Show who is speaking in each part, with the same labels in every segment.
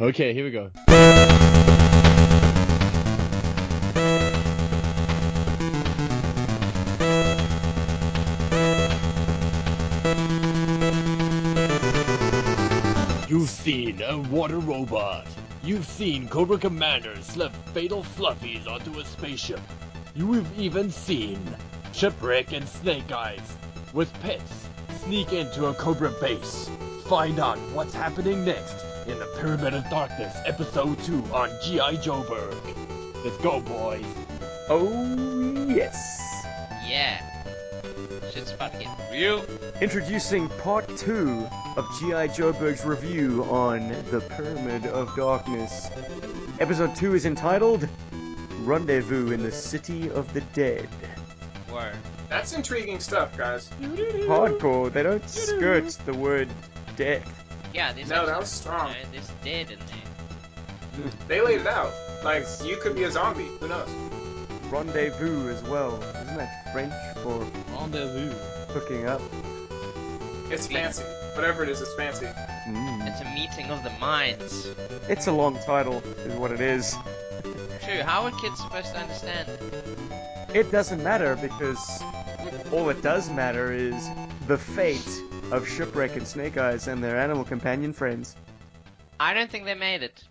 Speaker 1: Okay, here we go. You've seen a water robot. You've seen Cobra Commander slip fatal fluffies onto a spaceship. You've even seen Shipwreck and Snake Eyes with pets sneak into a Cobra base. Find out what's happening next in the Pyramid of Darkness, Episode 2 on G.I. Joburg. Let's go, boys.
Speaker 2: Oh, yes.
Speaker 3: Yeah. Shit's about to get real.
Speaker 2: Introducing part two of G.I. Joburg's review on The Pyramid of Darkness. Episode two is entitled Rendezvous in the City of the Dead.
Speaker 3: Word.
Speaker 4: That's intriguing stuff, guys.
Speaker 2: Hardcore, they don't skirt the word death.
Speaker 3: Yeah, this
Speaker 4: No, that
Speaker 3: actually-
Speaker 4: was strong.
Speaker 3: uh, There's dead in there.
Speaker 4: They laid it out. Like, you could be a zombie. Who knows?
Speaker 2: Rendezvous as well. Isn't that French for
Speaker 1: Rendezvous.
Speaker 2: hooking up?
Speaker 4: It's fancy. Whatever it is, it's fancy.
Speaker 2: Mm.
Speaker 3: It's a meeting of the minds.
Speaker 2: It's a long title, is what it is.
Speaker 3: True, how are kids supposed to understand?
Speaker 2: It doesn't matter because all it does matter is the fate of Shipwreck and Snake Eyes and their animal companion friends.
Speaker 3: I don't think they made it.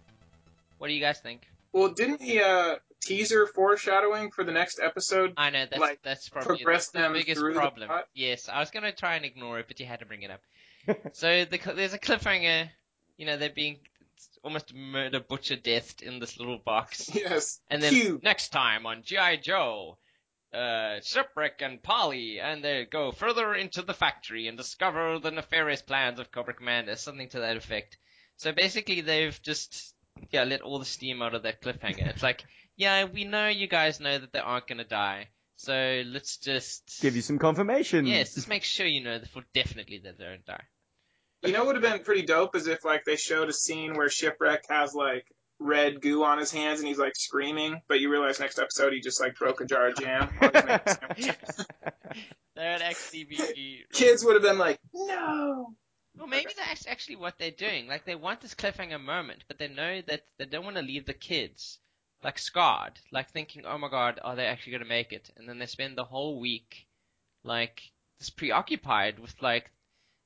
Speaker 3: What do you guys think?
Speaker 4: Well, didn't the uh, teaser foreshadowing for the next episode?
Speaker 3: I know that's
Speaker 4: Like,
Speaker 3: that's probably
Speaker 4: progress
Speaker 3: the
Speaker 4: them
Speaker 3: biggest
Speaker 4: through the
Speaker 3: problem.
Speaker 4: plot?
Speaker 3: yes, I was gonna try and ignore it, but you had to bring it up. so the, cl- there's a cliffhanger. You know, they're being almost murder butcher deathed in this little box.
Speaker 4: Yes.
Speaker 3: And then
Speaker 4: Huge.
Speaker 3: next time on GI Joe, uh, Shipwreck and Polly, and they go further into the factory and discover the nefarious plans of Cobra Commander, something to that effect. So basically, they've just yeah let all the steam out of that cliffhanger. it's like, yeah, we know you guys know that they aren't gonna die, so let's just
Speaker 2: Give you some confirmation.
Speaker 3: yes, just make sure you know that for definitely that they don't die.
Speaker 4: You know what would have been pretty dope is if, like, they showed a scene where Shipwreck has, like, red goo on his hands and he's, like, screaming, but you realize next episode he just, like, broke a jar of jam. on his next sandwich.
Speaker 3: That would actually be
Speaker 4: Kids would have been like, no.
Speaker 3: Well, maybe that's actually what they're doing. Like, they want this cliffhanger moment, but they know that they don't want to leave the kids, like, scarred. Like, thinking, oh my god, are they actually going to make it? And then they spend the whole week, like, just preoccupied with, like,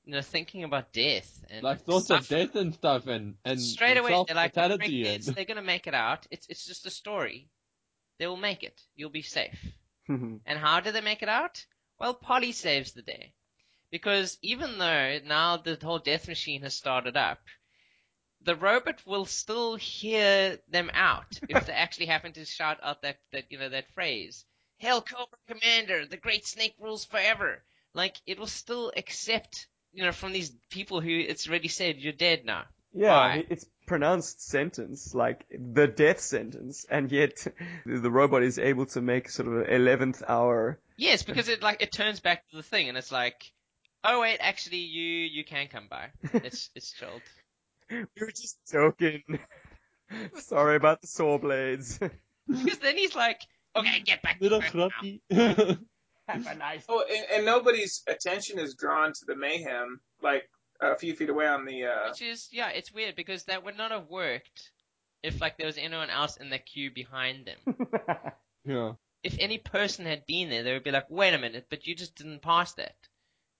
Speaker 3: you know, thinking about death. And
Speaker 1: Like thoughts of
Speaker 3: stuff.
Speaker 1: death and stuff and, and
Speaker 3: Straight away, they're like,
Speaker 1: self-fatality
Speaker 3: "Bring
Speaker 1: and-
Speaker 3: this, they're going to make it out. It's, it's just a story. They will make it. You'll be safe. And how do they make it out? Well, Polly saves the day. Because even though now the whole death machine has started up, the robot will still hear them out if they actually happen to shout out that, that you know that phrase. Hell Cobra Commander, the great snake rules forever. Like it will still accept, you know, from these people who it's already said you're dead now.
Speaker 2: Yeah,
Speaker 3: Why?
Speaker 2: it's pronounced sentence, like the death sentence, and yet the robot is able to make sort of an eleventh hour.
Speaker 3: Yes, because it like it turns back to the thing and it's like, oh wait, actually you you can come by. It's it's chilled.
Speaker 2: We were just joking. Sorry about the saw blades.
Speaker 3: Because then he's like, okay, get back to
Speaker 1: Little
Speaker 3: work now.
Speaker 1: crappy.
Speaker 2: Mm. Have a nice.
Speaker 4: Oh, and, and nobody's attention is drawn to the mayhem, like, a few feet away on the. Uh,
Speaker 3: Which is, yeah, it's weird because that would not have worked if, like, there was anyone else in the queue behind them.
Speaker 1: yeah.
Speaker 3: if any person had been there, they would be like, wait a minute, but you just didn't pass that.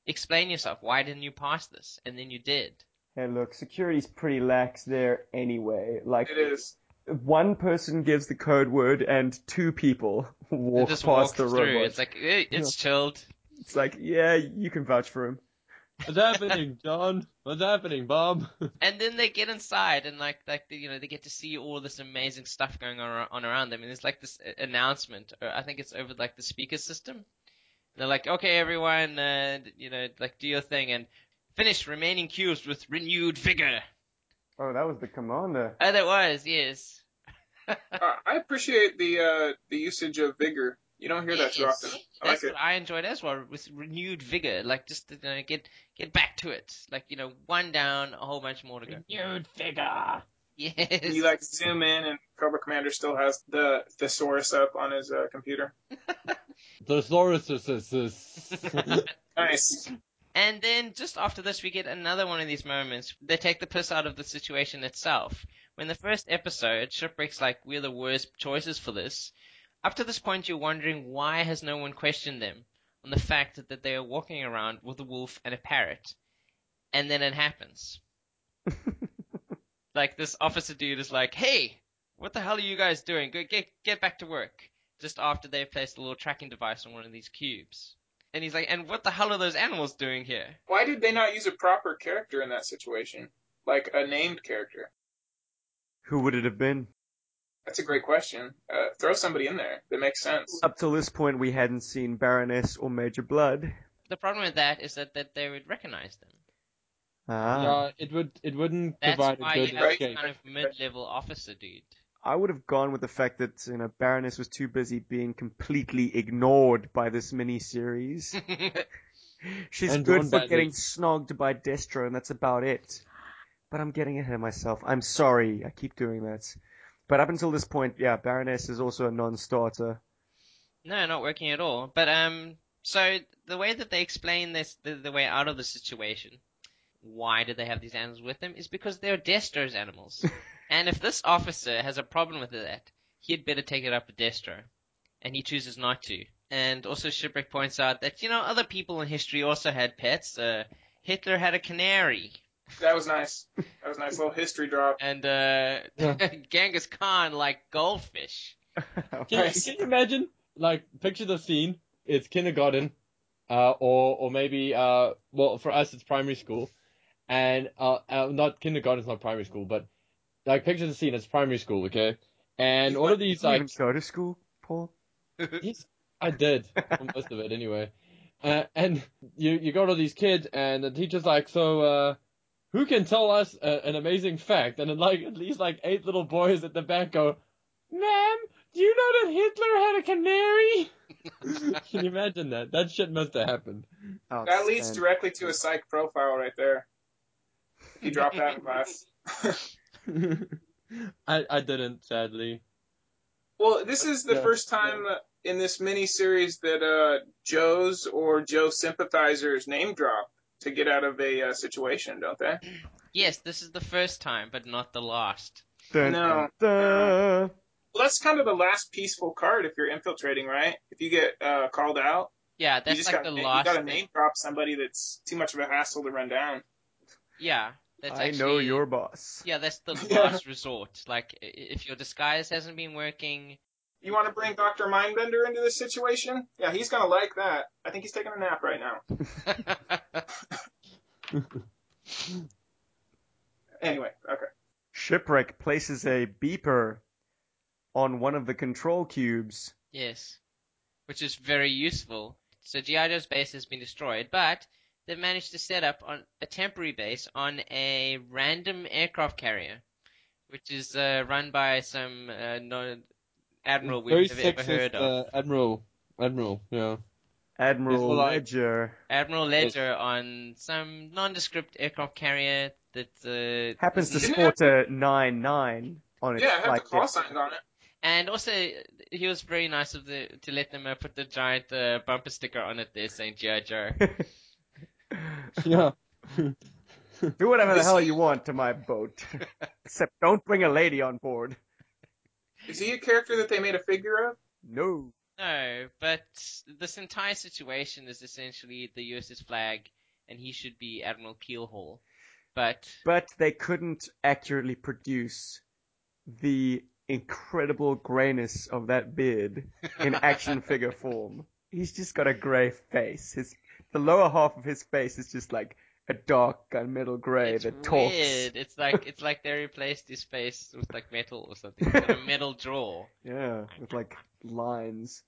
Speaker 3: Explain yourself. Why didn't you pass this? And then you did.
Speaker 2: Hey, look, security's pretty lax there anyway. Like
Speaker 4: it is.
Speaker 2: one person gives the code word, and two people
Speaker 3: They
Speaker 2: walk
Speaker 3: just
Speaker 2: past the
Speaker 3: walked
Speaker 2: robot.
Speaker 3: through. It's like, eh, it's chilled.
Speaker 2: it's like, yeah, you can vouch for him.
Speaker 1: What's happening, John? What's happening, Bob?
Speaker 3: And then they get inside and like like you know they get to see all this amazing stuff going on, ar- on around them and there's like this uh, announcement or I think it's over like the speaker system. They're like, okay, everyone, uh, d- you know, like do your thing and finish remaining cues with renewed vigor.
Speaker 2: Oh, that was the commander.
Speaker 3: Oh, that was yes.
Speaker 4: Uh, I appreciate the uh, the usage of vigor. You don't hear that too
Speaker 3: Yes.
Speaker 4: often. I like
Speaker 3: That's
Speaker 4: it.
Speaker 3: what I enjoyed as well with renewed vigor, like just you know, get get back to it, like you know, one down, a whole bunch more to go.
Speaker 1: Renewed figure.
Speaker 3: Yes.
Speaker 4: You like zoom in, and Cobra Commander still has the thesaurus up on his uh, computer.
Speaker 1: Thesaurus. is- is- is-
Speaker 4: Nice.
Speaker 3: And then just after this, we get another one of these moments. They take the piss out of the situation itself When the first episode, Shipwreck's like, we're the worst choices for this. Up to this point, you're wondering why has no one questioned them on the fact that they are walking around with a wolf and a parrot. And then it happens. like, this officer dude is like, hey, what the hell are you guys doing? Go get, get back to work. Just after they've placed a little tracking device on one of these cubes. And he's like, and what the hell are those animals doing here?
Speaker 4: Why did they not use a proper character in that situation? Like a named character?
Speaker 2: Who would it have been?
Speaker 4: That's a great question. Uh, throw somebody in there that makes sense.
Speaker 2: Up till this point, we hadn't seen Baroness or Major Blood.
Speaker 3: The problem with that is that, that they would recognize them.
Speaker 2: Ah,
Speaker 5: Yeah, it would it wouldn't
Speaker 3: That's
Speaker 5: provide
Speaker 3: why
Speaker 5: a good
Speaker 3: you have
Speaker 5: escape.
Speaker 3: this kind of mid-level officer dude.
Speaker 2: I would have gone with the fact that you know Baroness was too busy being completely ignored by this miniseries. She's
Speaker 5: And
Speaker 2: good
Speaker 5: drawn
Speaker 2: for
Speaker 5: by
Speaker 2: getting
Speaker 5: the-
Speaker 2: snogged by Destro, and that's about it. But I'm getting ahead of myself. I'm sorry. I keep doing that. But up until this point, yeah, Baroness is also a non-starter.
Speaker 3: No, not working at all. But um, so the way that they explain this, the, the way out of the situation, why do they have these animals with them? Is because they're Destro's animals. and if this officer has a problem with that, he had better take it up with Destro, and he chooses not to. And also, Shipwreck points out that you know other people in history also had pets. Uh, Hitler had a canary,
Speaker 4: That was nice. That was a nice little history drop.
Speaker 3: and uh,
Speaker 5: Yeah.
Speaker 3: Genghis Khan like goldfish.
Speaker 5: Can, you-
Speaker 4: Nice.
Speaker 5: can you imagine? Like, picture the scene. It's kindergarten, uh, or or maybe uh, well, for us it's primary school, and uh, uh not kindergarten is not primary school, but like picture the scene. It's primary school, okay? And all of these
Speaker 2: Did you
Speaker 5: like
Speaker 2: even go to school, Paul?
Speaker 5: Yes, I did for most of it anyway. Uh, and you you got all these kids, and the teacher's like, so uh, who can tell us a, an amazing fact? And then like at least like eight little boys at the back go, ma'am, do you know that Hitler had a canary? can you imagine that? That shit must have happened.
Speaker 2: Oh,
Speaker 4: That leads
Speaker 2: Outstanding.
Speaker 4: directly to a psych profile right there. You drop that in class.
Speaker 5: I I didn't sadly.
Speaker 4: Well, this is the
Speaker 5: Yeah.
Speaker 4: first time uh in this mini series that uh, Joe's or Joe sympathizers name drop to get out of a uh, situation, don't they?
Speaker 3: Yes, this is the first time, but not the last.
Speaker 2: Dun,
Speaker 4: No.
Speaker 2: dun, dun.
Speaker 4: Well, that's kind of the last peaceful card if you're infiltrating, right? If you get uh, called out,
Speaker 3: Yeah,
Speaker 4: you
Speaker 3: that's
Speaker 4: just
Speaker 3: like
Speaker 4: got
Speaker 3: the
Speaker 4: you
Speaker 3: last.
Speaker 4: got to
Speaker 3: thing.
Speaker 4: name drop somebody that's too much of a hassle to run down.
Speaker 3: Yeah, that's
Speaker 2: I
Speaker 3: actually,
Speaker 2: know your boss.
Speaker 3: Yeah, that's the
Speaker 4: Yeah.
Speaker 3: last resort. Like, i- if your disguise hasn't been working,
Speaker 4: You want to bring Doctor Mindbender into this situation? Yeah, he's gonna like that. I think he's taking a nap right now. Anyway, okay.
Speaker 2: Shipwreck places a beeper on one of the control cubes.
Speaker 3: yes, which is very useful. So GI Joe's base has been destroyed, but they've managed to set up on a temporary base on a random aircraft carrier, which is uh, run by some uh, no admiral we've
Speaker 5: Very
Speaker 3: never ever heard
Speaker 5: sexist
Speaker 3: of.
Speaker 5: uh, admiral. Admiral, yeah.
Speaker 2: Admiral
Speaker 5: It's like-
Speaker 2: Ledger.
Speaker 3: Admiral
Speaker 5: Yes.
Speaker 3: Ledger on some nondescript aircraft carrier that uh,
Speaker 2: Happens to
Speaker 4: Didn't
Speaker 2: sport a 9 9 on its
Speaker 4: Yeah, I have
Speaker 2: flight
Speaker 4: the call
Speaker 2: deck.
Speaker 4: sign on it.
Speaker 3: And also, he was very nice of the to let them uh, put the giant uh, bumper sticker on it there saying GI Joe.
Speaker 5: Yeah.
Speaker 2: Do whatever the
Speaker 4: This-
Speaker 2: hell you want to my boat. Except don't bring a lady on board.
Speaker 4: Is he a character that they made a figure of?
Speaker 2: No.
Speaker 3: no, but this entire situation is essentially the US's flag, and he should be Admiral Keelhaul. But
Speaker 2: But they couldn't accurately produce the incredible grayness of that beard in action figure form. He's just got a grey face. His the lower half of his face is just like a dark gunmetal grey
Speaker 3: it's
Speaker 2: that talks.
Speaker 3: weird. It's like it's like they replaced his face with like metal or something, He's got a metal jaw.
Speaker 2: Yeah, with like lines.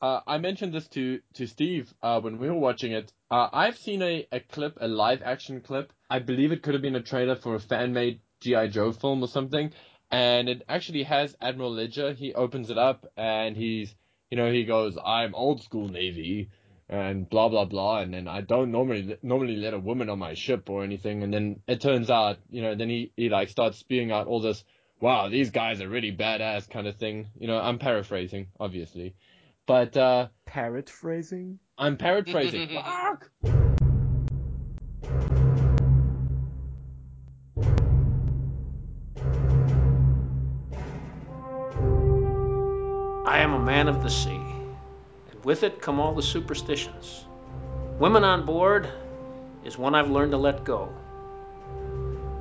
Speaker 5: Uh, I mentioned this to to Steve uh, when we were watching it. Uh, I've seen a, a clip, a live action clip. I believe it could have been a trailer for a fan made GI Joe film or something, and it actually has Admiral Ledger. He opens it up and he's you know he goes, "I'm old school Navy." And blah blah blah, and then I don't normally normally let a woman on my ship or anything, and then it turns out, you know, then he, he like starts spewing out all this, wow, these guys are really badass kind of thing, you know. I'm paraphrasing, obviously, but uh,
Speaker 2: Parrot phrasing?
Speaker 5: I'm paraphrasing. Fuck!
Speaker 6: I am a man of the sea, and with it come all the superstitions. Women on board is one I've learned to let go.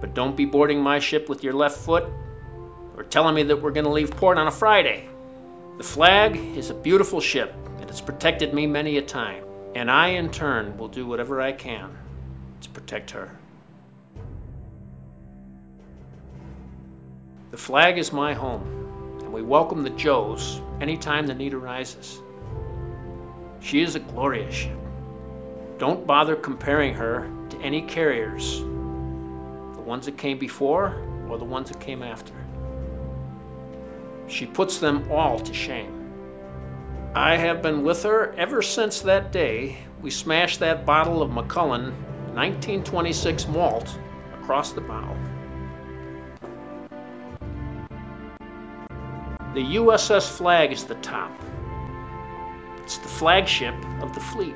Speaker 6: But don't be boarding my ship with your left foot or telling me that we're going to leave port on a Friday. The flag is a beautiful ship, and it's protected me many a time, and I in turn will do whatever I can to protect her. The flag is my home, and we welcome the Joes anytime the need arises. She is a glorious ship. Don't bother comparing her to any carriers, the ones that came before or the ones that came after. She puts them all to shame. I have been with her ever since that day we smashed that bottle of McCullen 1926 malt across the bow. The USS flag is the top. It's the flagship of the fleet.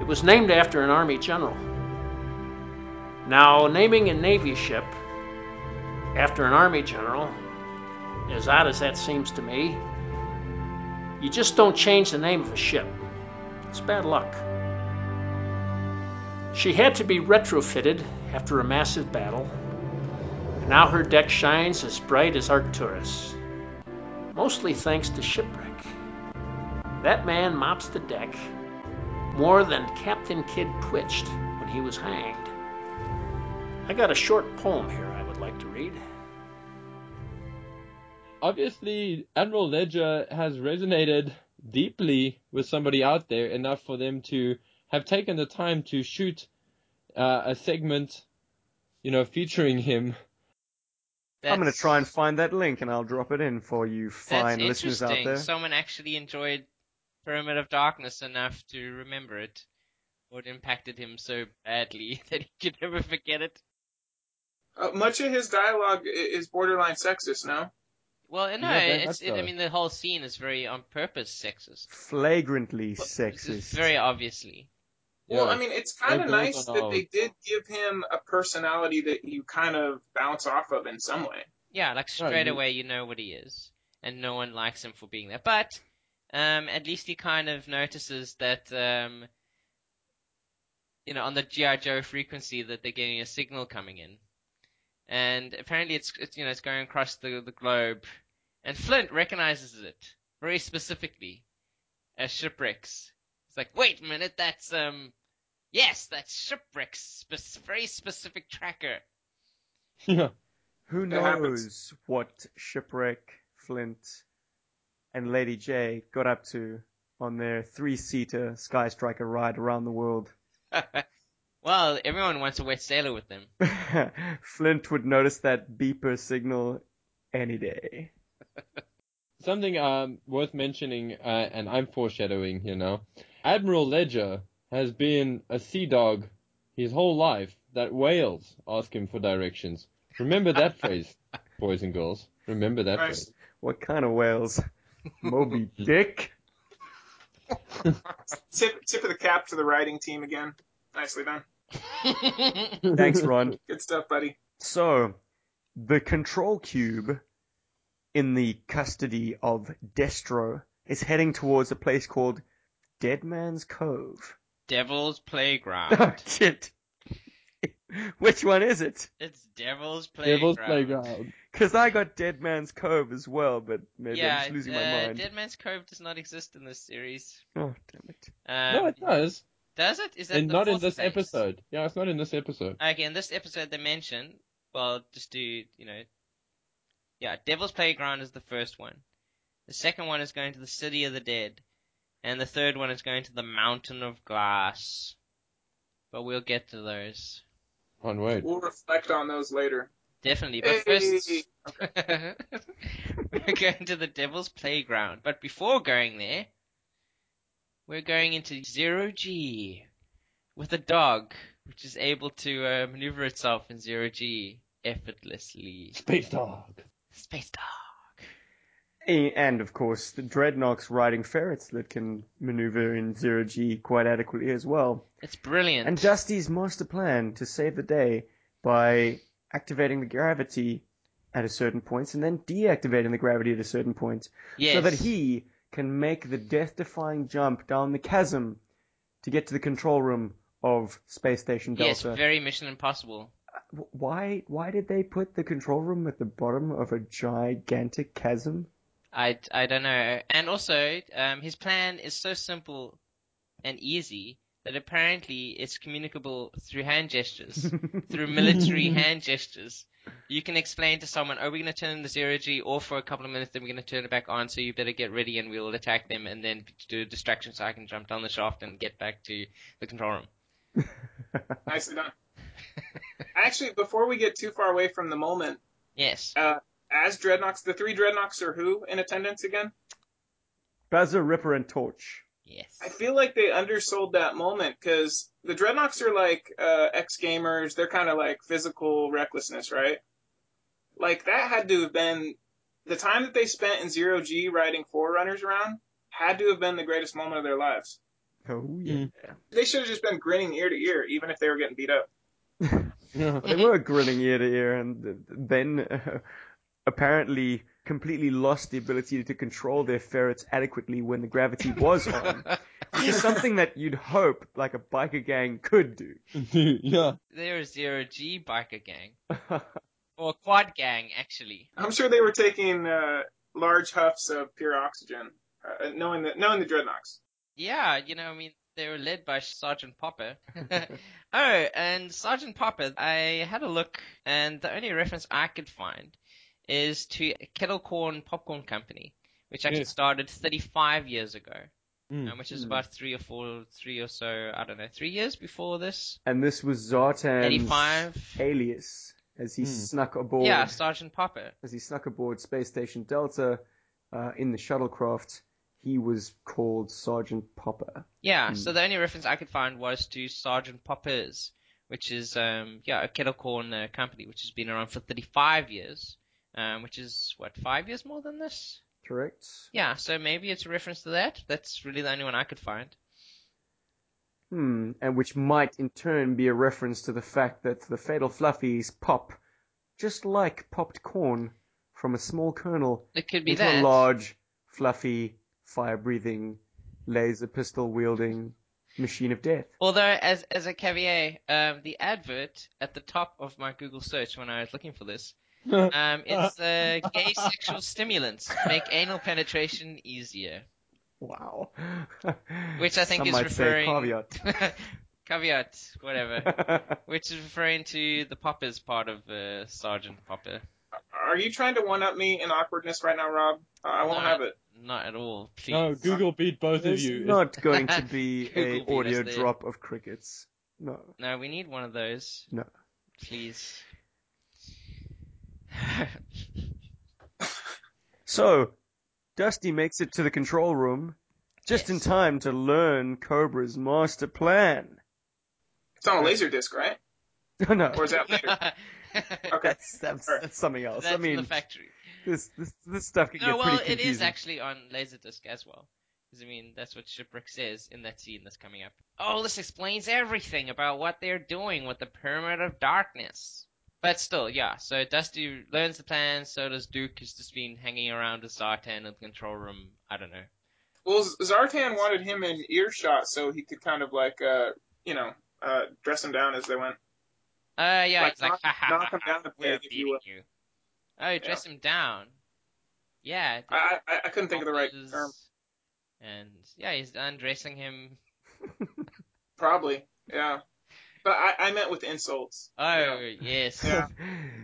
Speaker 6: It was named after an Army general. Now, naming a Navy ship after an Army general as odd as that seems to me, you just don't change the name of a ship. It's bad luck. She had to be retrofitted after a massive battle, and now her deck shines as bright as Arcturus, mostly thanks to Shipwreck. That man mops the deck more than Captain Kidd twitched when he was hanged. I got a short poem here I would like to read.
Speaker 5: obviously Admiral Ledger has resonated deeply with somebody out there enough for them to have taken the time to shoot uh, a segment, you know, featuring him.
Speaker 2: I'm going to try and find that link and I'll drop it in for you fine
Speaker 3: that's
Speaker 2: listeners out
Speaker 3: interesting.
Speaker 2: there.
Speaker 3: Someone actually enjoyed Pyramid of Darkness enough to remember it, or it impacted him so badly that he could never forget it.
Speaker 4: Uh, much of his dialogue i- is borderline sexist, no?
Speaker 3: Well, no,
Speaker 5: Yeah, very
Speaker 3: it's.
Speaker 5: much
Speaker 3: It, I
Speaker 5: so.
Speaker 3: mean, the whole scene is very on purpose sexist.
Speaker 2: Flagrantly
Speaker 3: But-
Speaker 2: sexist.
Speaker 3: Very obviously.
Speaker 4: Well,
Speaker 5: Yeah.
Speaker 4: I mean, it's kind
Speaker 5: They
Speaker 4: of
Speaker 5: built
Speaker 4: nice
Speaker 5: on
Speaker 4: that
Speaker 5: all.
Speaker 4: they did give him a personality that you kind of bounce off of in some way.
Speaker 3: Yeah, like
Speaker 5: No,
Speaker 3: straight
Speaker 5: you-
Speaker 3: away you know what he is, and no one likes him for being that. But um, at least he kind of notices that um, you know on the GI Joe frequency that they're getting a signal coming in, and apparently it's, it's you know it's going across the the globe, and Flint recognizes it very specifically as shipwrecks. It's like, wait a minute, that's um, yes, that's shipwrecks, spec- very specific tracker.
Speaker 5: Yeah.
Speaker 2: Who
Speaker 4: That happens.
Speaker 2: knows what Shipwreck, Flint, and Lady J got up to on their three seater Sky Striker ride around the world?
Speaker 3: well, everyone wants a wet sailor with them.
Speaker 2: Flint would notice that beeper signal any day.
Speaker 5: Something um, worth mentioning, uh, and I'm foreshadowing here now. Admiral Ledger has been a sea dog his whole life. That whales ask him for directions. Remember that phrase, boys and girls. Remember that
Speaker 4: Nice.
Speaker 5: phrase.
Speaker 2: What kind of whales? Moby Dick?
Speaker 4: Tip, tip of the cap to the writing team again. Nicely done.
Speaker 2: Thanks, Ron.
Speaker 4: Good stuff, buddy.
Speaker 2: So, the control cube in the custody of Destro is heading towards a place called Dead Man's Cove.
Speaker 3: Devil's
Speaker 2: Oh,
Speaker 3: Playground.
Speaker 2: shit. Which one is it?
Speaker 3: it's Devil's Playground.
Speaker 5: Devil's playground.
Speaker 2: Because I got Dead Man's Cove as well, but maybe
Speaker 3: yeah,
Speaker 2: I'm just losing
Speaker 3: uh,
Speaker 2: my mind.
Speaker 3: Dead Man's Cove does not exist in this series.
Speaker 2: Oh, damn it.
Speaker 3: Um,
Speaker 5: No, it does,
Speaker 3: does it? Is that
Speaker 5: and
Speaker 3: the
Speaker 5: not in
Speaker 3: fourth
Speaker 5: this
Speaker 3: phase?
Speaker 5: episode. Yeah, it's not in this episode.
Speaker 3: Okay, in this episode they mention, well, just do you know, yeah, Devil's Playground is the first one. The second one is going to the City of the Dead, and the third one is going to the Mountain of Glass. But we'll get to those
Speaker 5: One word.
Speaker 4: We'll reflect on those later.
Speaker 3: definitely. But
Speaker 4: Hey.
Speaker 3: first, we're going to the Devil's Playground. But before going there, we're going into zero G with a dog, which is able to uh, maneuver itself in zero G effortlessly.
Speaker 5: Space dog.
Speaker 3: Space dog.
Speaker 2: A- And of course, the Dreadnoks riding ferrets that can maneuver in zero G quite adequately as well.
Speaker 3: It's brilliant.
Speaker 2: And Dusty's master plan to save the day by activating the gravity at a certain point, and then deactivating the gravity at a certain point,
Speaker 3: Yes.
Speaker 2: so that he can make the death-defying jump down the chasm to get to the control room of Space Station Delta.
Speaker 3: Yes, very Mission Impossible.
Speaker 2: W- why? Why did they put the control room at the bottom of a gigantic chasm?
Speaker 3: I, I don't know. And also, um, his plan is so simple and easy that apparently it's communicable through hand gestures, through military hand gestures. You can explain to someone, oh, we're going to turn the zero G off for a couple of minutes, then we're going to turn it back on, so you better get ready and we'll attack them and then do a distraction so I can jump down the shaft and get back to the control room.
Speaker 4: Nicely done. Actually, before we get too far away from the moment,
Speaker 3: Yes.
Speaker 4: as dreadnoughts, the three dreadnoughts are who in attendance again?
Speaker 2: Bazza, Ripper, and Torch.
Speaker 3: Yes.
Speaker 4: I feel like they undersold that moment because the dreadnoughts are like uh, ex gamers. They're kind of like physical recklessness, right? Like that had to have been the time that they spent in zero G riding forerunners around had to have been the greatest moment of their lives.
Speaker 2: Oh yeah.
Speaker 3: Mm.
Speaker 4: They should have just been grinning ear to ear, even if they were getting beat up.
Speaker 2: Well, they were grinning ear to ear, and then uh, apparently completely lost the ability to control their ferrets adequately when the gravity was on. which is something that you'd hope, like a biker gang, could do.
Speaker 5: yeah.
Speaker 3: They're a zero G biker gang. Or a quad gang, actually.
Speaker 4: I'm sure they were taking uh, large huffs of pure oxygen, uh, knowing that knowing the dreadnoughts.
Speaker 3: Yeah, you know, I mean, they were led by Sergeant Popper. oh, and Sergeant Popper, I had a look, and the only reference I could find is to Kettle Corn Popcorn Company, which actually
Speaker 5: Yeah.
Speaker 3: started 35 years ago,
Speaker 5: Mm.
Speaker 3: um, which is about three or four, three or so, I don't know, three years before this.
Speaker 2: And this was Zartan's
Speaker 3: 85.
Speaker 2: alias as he
Speaker 5: Hmm.
Speaker 2: snuck aboard
Speaker 3: Yeah, Sergeant Popper.
Speaker 2: as he snuck aboard Space Station Delta uh, in the shuttlecraft. He was called Sergeant Popper.
Speaker 3: Yeah, so the only reference I could find was to Sergeant Popper's, which is um yeah a kettle corn uh, company which has been around for 35 years, um which is what five years more than this.
Speaker 2: Correct.
Speaker 3: Yeah, so maybe it's a reference to that. That's really the only one I could find.
Speaker 2: Hmm, and which might in turn be a reference to the fact that the Fatal Fluffies pop just like popped corn from a small kernel
Speaker 3: It could be
Speaker 2: into
Speaker 3: that.
Speaker 2: a large, fluffy, fire breathing, laser pistol wielding machine of death.
Speaker 3: Although, as as a caveat, um, the advert at the top of my Google search when I was looking for this, um, it's uh, gay sexual stimulants make anal penetration easier,
Speaker 2: Wow.
Speaker 3: which I think
Speaker 2: Some
Speaker 3: is
Speaker 2: might say
Speaker 3: referring
Speaker 2: caveat.
Speaker 3: caveat, whatever. Which is referring to the Poppers part of uh, Sergeant Popper.
Speaker 4: Are you trying to one up me in awkwardness right now, Rob? Uh, I won't
Speaker 3: No.
Speaker 4: have it.
Speaker 3: Not at all, please.
Speaker 5: No, Google beat both of
Speaker 2: There's
Speaker 5: you.
Speaker 2: not going to be a
Speaker 3: Google beat us
Speaker 2: audio
Speaker 3: there.
Speaker 2: drop of crickets. No.
Speaker 3: No, we need one of those.
Speaker 2: No.
Speaker 3: Please.
Speaker 2: So, Dusty makes it to the control room just in
Speaker 3: Yes.
Speaker 2: time to learn Cobra's master plan.
Speaker 4: It's on a laser disc, right?
Speaker 2: No, no,
Speaker 4: Or is that later? Okay.
Speaker 2: that's, that's,
Speaker 4: Alright.
Speaker 2: that's something else.
Speaker 3: That's
Speaker 2: I
Speaker 3: in the
Speaker 2: mean,
Speaker 3: factory.
Speaker 2: this, this this stuff can
Speaker 3: No,
Speaker 2: get
Speaker 3: Oh, well,
Speaker 2: pretty
Speaker 3: it
Speaker 2: confusing.
Speaker 3: is actually on Laserdisc as well. Because, I mean, that's what Shipwreck says in that scene that's coming up. Oh, this explains everything about what they're doing with the Pyramid of Darkness. But still, yeah, so Dusty learns the plan, so does Duke, who's just been hanging around with Zartan in the control room. I don't know.
Speaker 4: Well, Z- Zartan wanted him in earshot so he could kind of like, uh, you know, uh, dress him down as they went.
Speaker 3: Uh, yeah,
Speaker 4: Like,
Speaker 3: it's like,
Speaker 4: knock-
Speaker 3: ha ha
Speaker 4: knock
Speaker 3: ha,
Speaker 4: him down a
Speaker 3: ha, we're
Speaker 4: peg, if you
Speaker 3: beating
Speaker 4: will.
Speaker 3: you. Oh, dress him down. Yeah.
Speaker 4: I, I, I couldn't think of the right term.
Speaker 3: And, yeah, he's undressing him.
Speaker 4: Probably, yeah. But I, I meant with insults.
Speaker 3: Oh, yes.
Speaker 4: Yeah.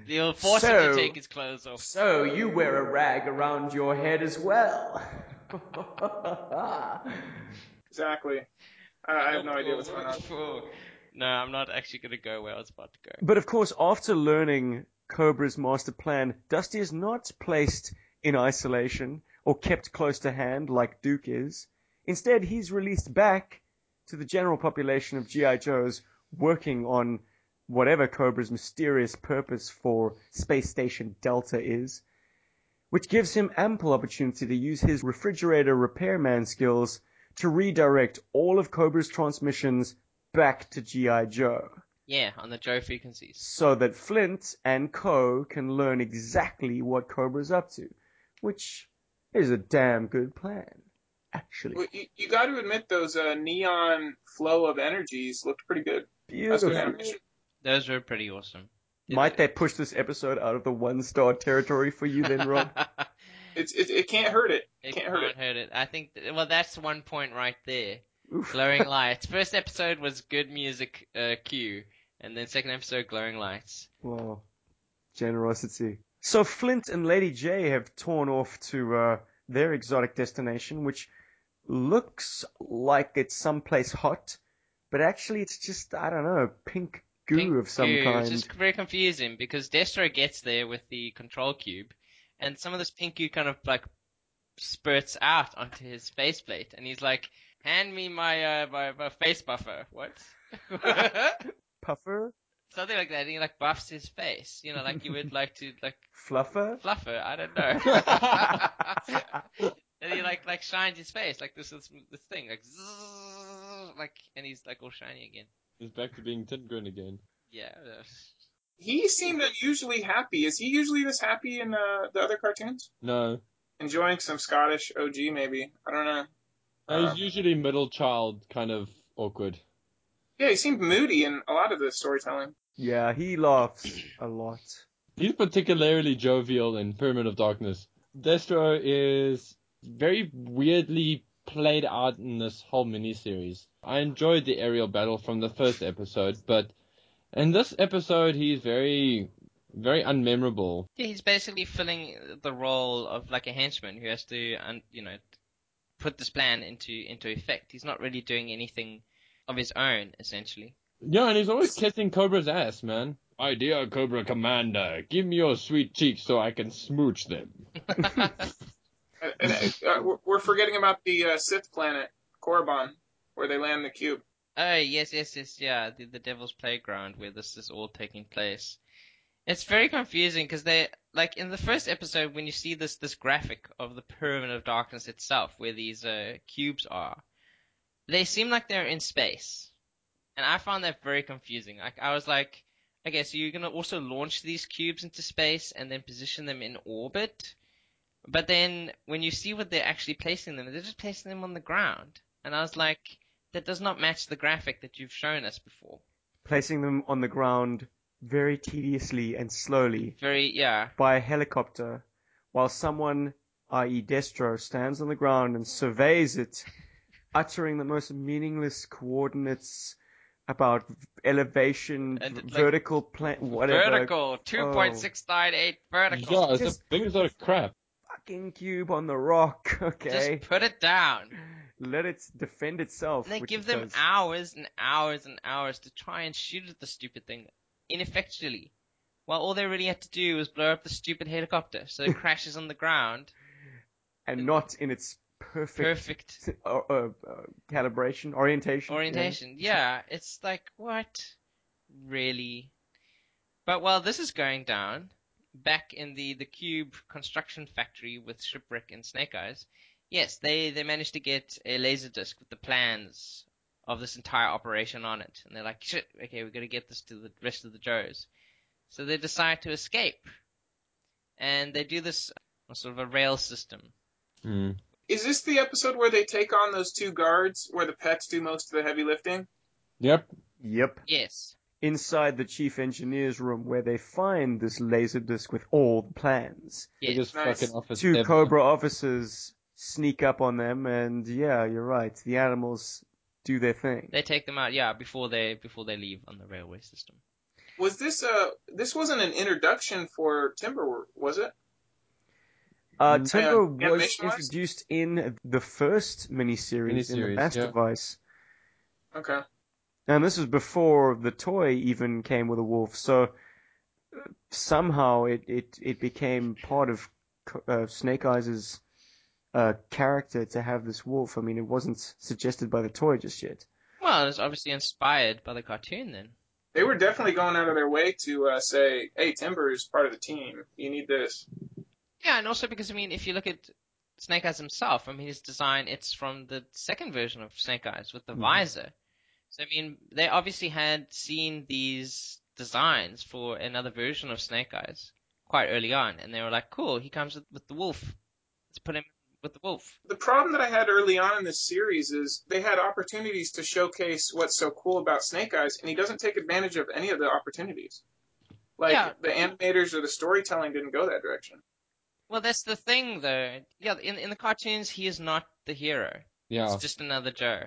Speaker 3: They'll force him
Speaker 2: So-
Speaker 3: to take his clothes off.
Speaker 2: So you wear a rag around your head as well.
Speaker 4: Exactly. I, I have no idea what's going on.
Speaker 3: No, I'm not actually going to go where I was about to go.
Speaker 2: but of course, after learning Cobra's master plan, Dusty is not placed in isolation or kept close to hand like Duke is. Instead, he's released back to the general population of GI Joes working on whatever Cobra's mysterious purpose for Space Station Delta is, which gives him ample opportunity to use his refrigerator repairman skills to redirect all of Cobra's transmissions back to G.I. Joe.
Speaker 3: Yeah, on the Joe frequencies.
Speaker 2: so that Flint and Co can learn exactly what Cobra's up to, which is a damn good plan, actually.
Speaker 4: Well, You, you got to admit those uh, neon flow of energies looked pretty good. That's
Speaker 2: Beautiful.
Speaker 4: good animation.
Speaker 3: Those were pretty awesome.
Speaker 2: Might they push this episode out of the one star territory for you then, Rob?
Speaker 4: It's it, it can't hurt it.
Speaker 3: It
Speaker 4: Can't hurt it.
Speaker 3: I think, th- well, that's one point right there.
Speaker 2: Oof.
Speaker 3: Glowing lights. First episode was good music uh, cue, and then second episode, glowing lights.
Speaker 2: Wow. Generosity. So Flint and Lady J have torn off to uh, their exotic destination, which looks like it's someplace hot, but actually it's just, I don't know, pink goo
Speaker 3: Pink
Speaker 2: of some
Speaker 3: goo,
Speaker 2: kind.
Speaker 3: Which is very confusing because Destro gets there with the control cube, and some of this pink goo kind of like spurts out onto his faceplate, and he's like, "Hand me my uh, my, my face buffer." What?
Speaker 2: Puffer?
Speaker 3: Something like that. And he like buffs his face. You know, like you would like to like
Speaker 2: Fluffer?
Speaker 3: fluffer. I don't know. And he like like shines his face like this this, this thing like zzzz, like and he's like all shiny again.
Speaker 5: He's back to being Tindgren again.
Speaker 3: Yeah. uh,
Speaker 4: He seemed unusually happy. Is he usually this happy in uh, the other cartoons?
Speaker 5: No.
Speaker 4: Enjoying some Scottish OG, maybe. I don't know.
Speaker 5: No,
Speaker 4: Um,
Speaker 5: he's usually middle child, kind of awkward.
Speaker 4: Yeah, he seemed moody in a lot of the storytelling.
Speaker 2: yeah, he laughs a lot.
Speaker 5: He's particularly jovial in Pyramid of Darkness. Destro is very weirdly played out in this whole miniseries. I enjoyed the aerial battle from the first episode, but in this episode he's very, very unmemorable.
Speaker 3: Yeah, he's basically filling the role of like a henchman who has to, un- you know, put this plan into into effect. He's not really doing anything of his own, essentially.
Speaker 5: Yeah, and he's always kissing Cobra's ass, man. Idea, Cobra Commander. Give me your sweet cheeks so I can smooch them.
Speaker 4: And, and, uh, we're- we're forgetting about the uh, Sith planet, Korriban, where they land the cube.
Speaker 3: Oh yes, yes, yes, yeah, the, the Devil's Playground where this is all taking place. It's very confusing because they like in the first episode when you see this this graphic of the Pyramid of Darkness itself, where these uh, cubes are, they seem like they're in space, and I found that very confusing. Like I was like, okay, so you're gonna also launch these cubes into space and then position them in orbit, but then when you see what they're actually placing them, they're just placing them on the ground, and I was like, that does not match the graphic that you've shown us before.
Speaker 2: Placing them on the ground very tediously and slowly
Speaker 3: Very yeah.
Speaker 2: by a helicopter while someone, i.e., Destro, stands on the ground and surveys it, uttering the most meaningless coordinates about elevation,
Speaker 3: And,
Speaker 2: v-
Speaker 3: like,
Speaker 2: vertical, pla- whatever. Oh.
Speaker 3: Vertical, 2.698 vertical.
Speaker 5: Yeah, it's
Speaker 2: Just-
Speaker 5: a big sort of crap.
Speaker 2: Fucking cube on the rock, okay?
Speaker 3: Just put it down.
Speaker 2: Let it defend itself.
Speaker 3: And they
Speaker 2: which
Speaker 3: give
Speaker 2: it
Speaker 3: them
Speaker 2: does.
Speaker 3: hours and hours and hours to try and shoot at the stupid thing ineffectually. While all they really had to do was blow up the stupid helicopter so it crashes on the ground.
Speaker 2: And not in its perfect,
Speaker 3: Perfect
Speaker 2: uh, uh, uh, calibration, orientation. yeah.
Speaker 3: orientation. Yeah, it's like, what? Really? But while this is going down, back in the, the cube construction factory with Shipwreck and Snake Eyes, yes, they, they managed to get a laser disc with the plans of this entire operation on it. And they're like, shit, okay, we've got to get this to the rest of the Joes. So they decide to escape. And they do this uh, sort of a rail system.
Speaker 5: Hmm.
Speaker 4: Is this the episode where they take on those two guards where the pets do most of the heavy lifting?
Speaker 5: Yep.
Speaker 2: Yep.
Speaker 3: Yes.
Speaker 2: inside the chief engineer's room where they find this laser disc with all the plans.
Speaker 3: yes.
Speaker 5: Biggest
Speaker 4: Nice.
Speaker 5: fucking office
Speaker 2: Two
Speaker 5: ever.
Speaker 2: Cobra officers sneak up on them, and yeah, you're right. The animals do their thing.
Speaker 3: They take them out, yeah, before they before they leave on the railway system.
Speaker 4: Was this uh this wasn't an introduction for Timber, was it?
Speaker 2: Uh,
Speaker 5: Yeah,
Speaker 2: Timber was
Speaker 4: animation-wise?
Speaker 2: introduced in the first miniseries in the
Speaker 5: Miniseries,
Speaker 2: Bass
Speaker 5: yeah.
Speaker 2: device.
Speaker 4: Okay.
Speaker 2: And this was before the toy even came with a wolf, so uh, somehow it, it, it became part of Co- uh, Snake Eyes' uh, character to have this wolf. I mean, it wasn't suggested by the toy just yet.
Speaker 3: Well, it was obviously inspired by the cartoon then.
Speaker 4: They were definitely going out of their way to uh, say, "Hey, Timber is part of the team. You need this."
Speaker 3: Yeah, and also because I mean, if you look at Mm-hmm. Snake Eyes himself, I mean his design it's from the second version of Snake Eyes with the visor. So I mean, they obviously had seen these designs for another version of Snake Eyes quite early on, and they were like, "Cool, he comes with, with the wolf. Let's put him with the wolf."
Speaker 4: The problem that I had early on in this series is they had opportunities to showcase what's so cool about Snake Eyes, and he doesn't take advantage of any of the opportunities. Like
Speaker 3: Yeah.
Speaker 4: the animators or the storytelling didn't go that direction.
Speaker 3: Well, that's the thing, though. Yeah, in in the cartoons, he is not the hero.
Speaker 5: Yeah.
Speaker 3: It's just another Joe.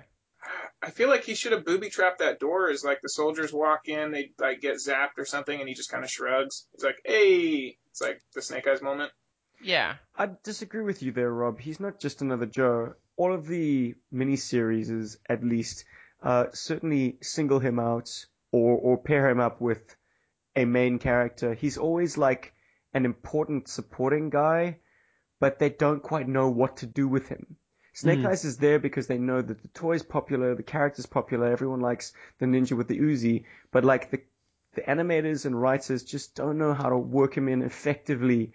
Speaker 4: I feel like he should have booby trapped that door. Is like the soldiers walk in, they like get zapped or something, and he just kind of shrugs. He's like, "Hey," it's like the Snake Eyes moment.
Speaker 3: Yeah.
Speaker 2: I disagree with you there, Rob. He's not just another Joe. All of the miniseries, at least, uh, certainly single him out or, or pair him up with a main character. He's always like an important supporting guy, but they don't quite know what to do with him. Snake
Speaker 5: Mm.
Speaker 2: Eyes is there because they know that the toy's popular, the character's popular, everyone likes the ninja with the Uzi, but like the, the animators and writers just don't know how to work him in effectively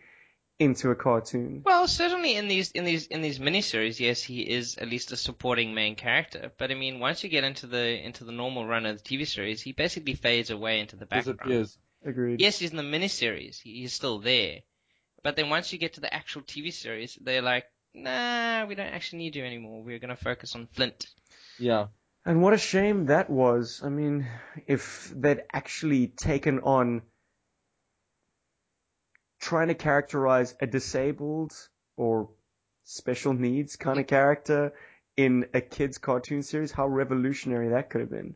Speaker 2: into a cartoon.
Speaker 3: Well, certainly in these in these in these miniseries, yes, he is at least a supporting main character. But I mean, once you get into the into the normal run of the TV series, he basically fades away into the background.
Speaker 5: Disappears.
Speaker 2: Agreed.
Speaker 3: Yes, he's in the miniseries; he, he's still there. But then once you get to the actual TV series, they're like, "Nah, we don't actually need you anymore. We're going to focus on Flint."
Speaker 5: Yeah.
Speaker 2: And what a shame that was. I mean, if they'd actually taken on trying to characterize a disabled or special needs kind of character in a kids' cartoon series, how revolutionary that could have been.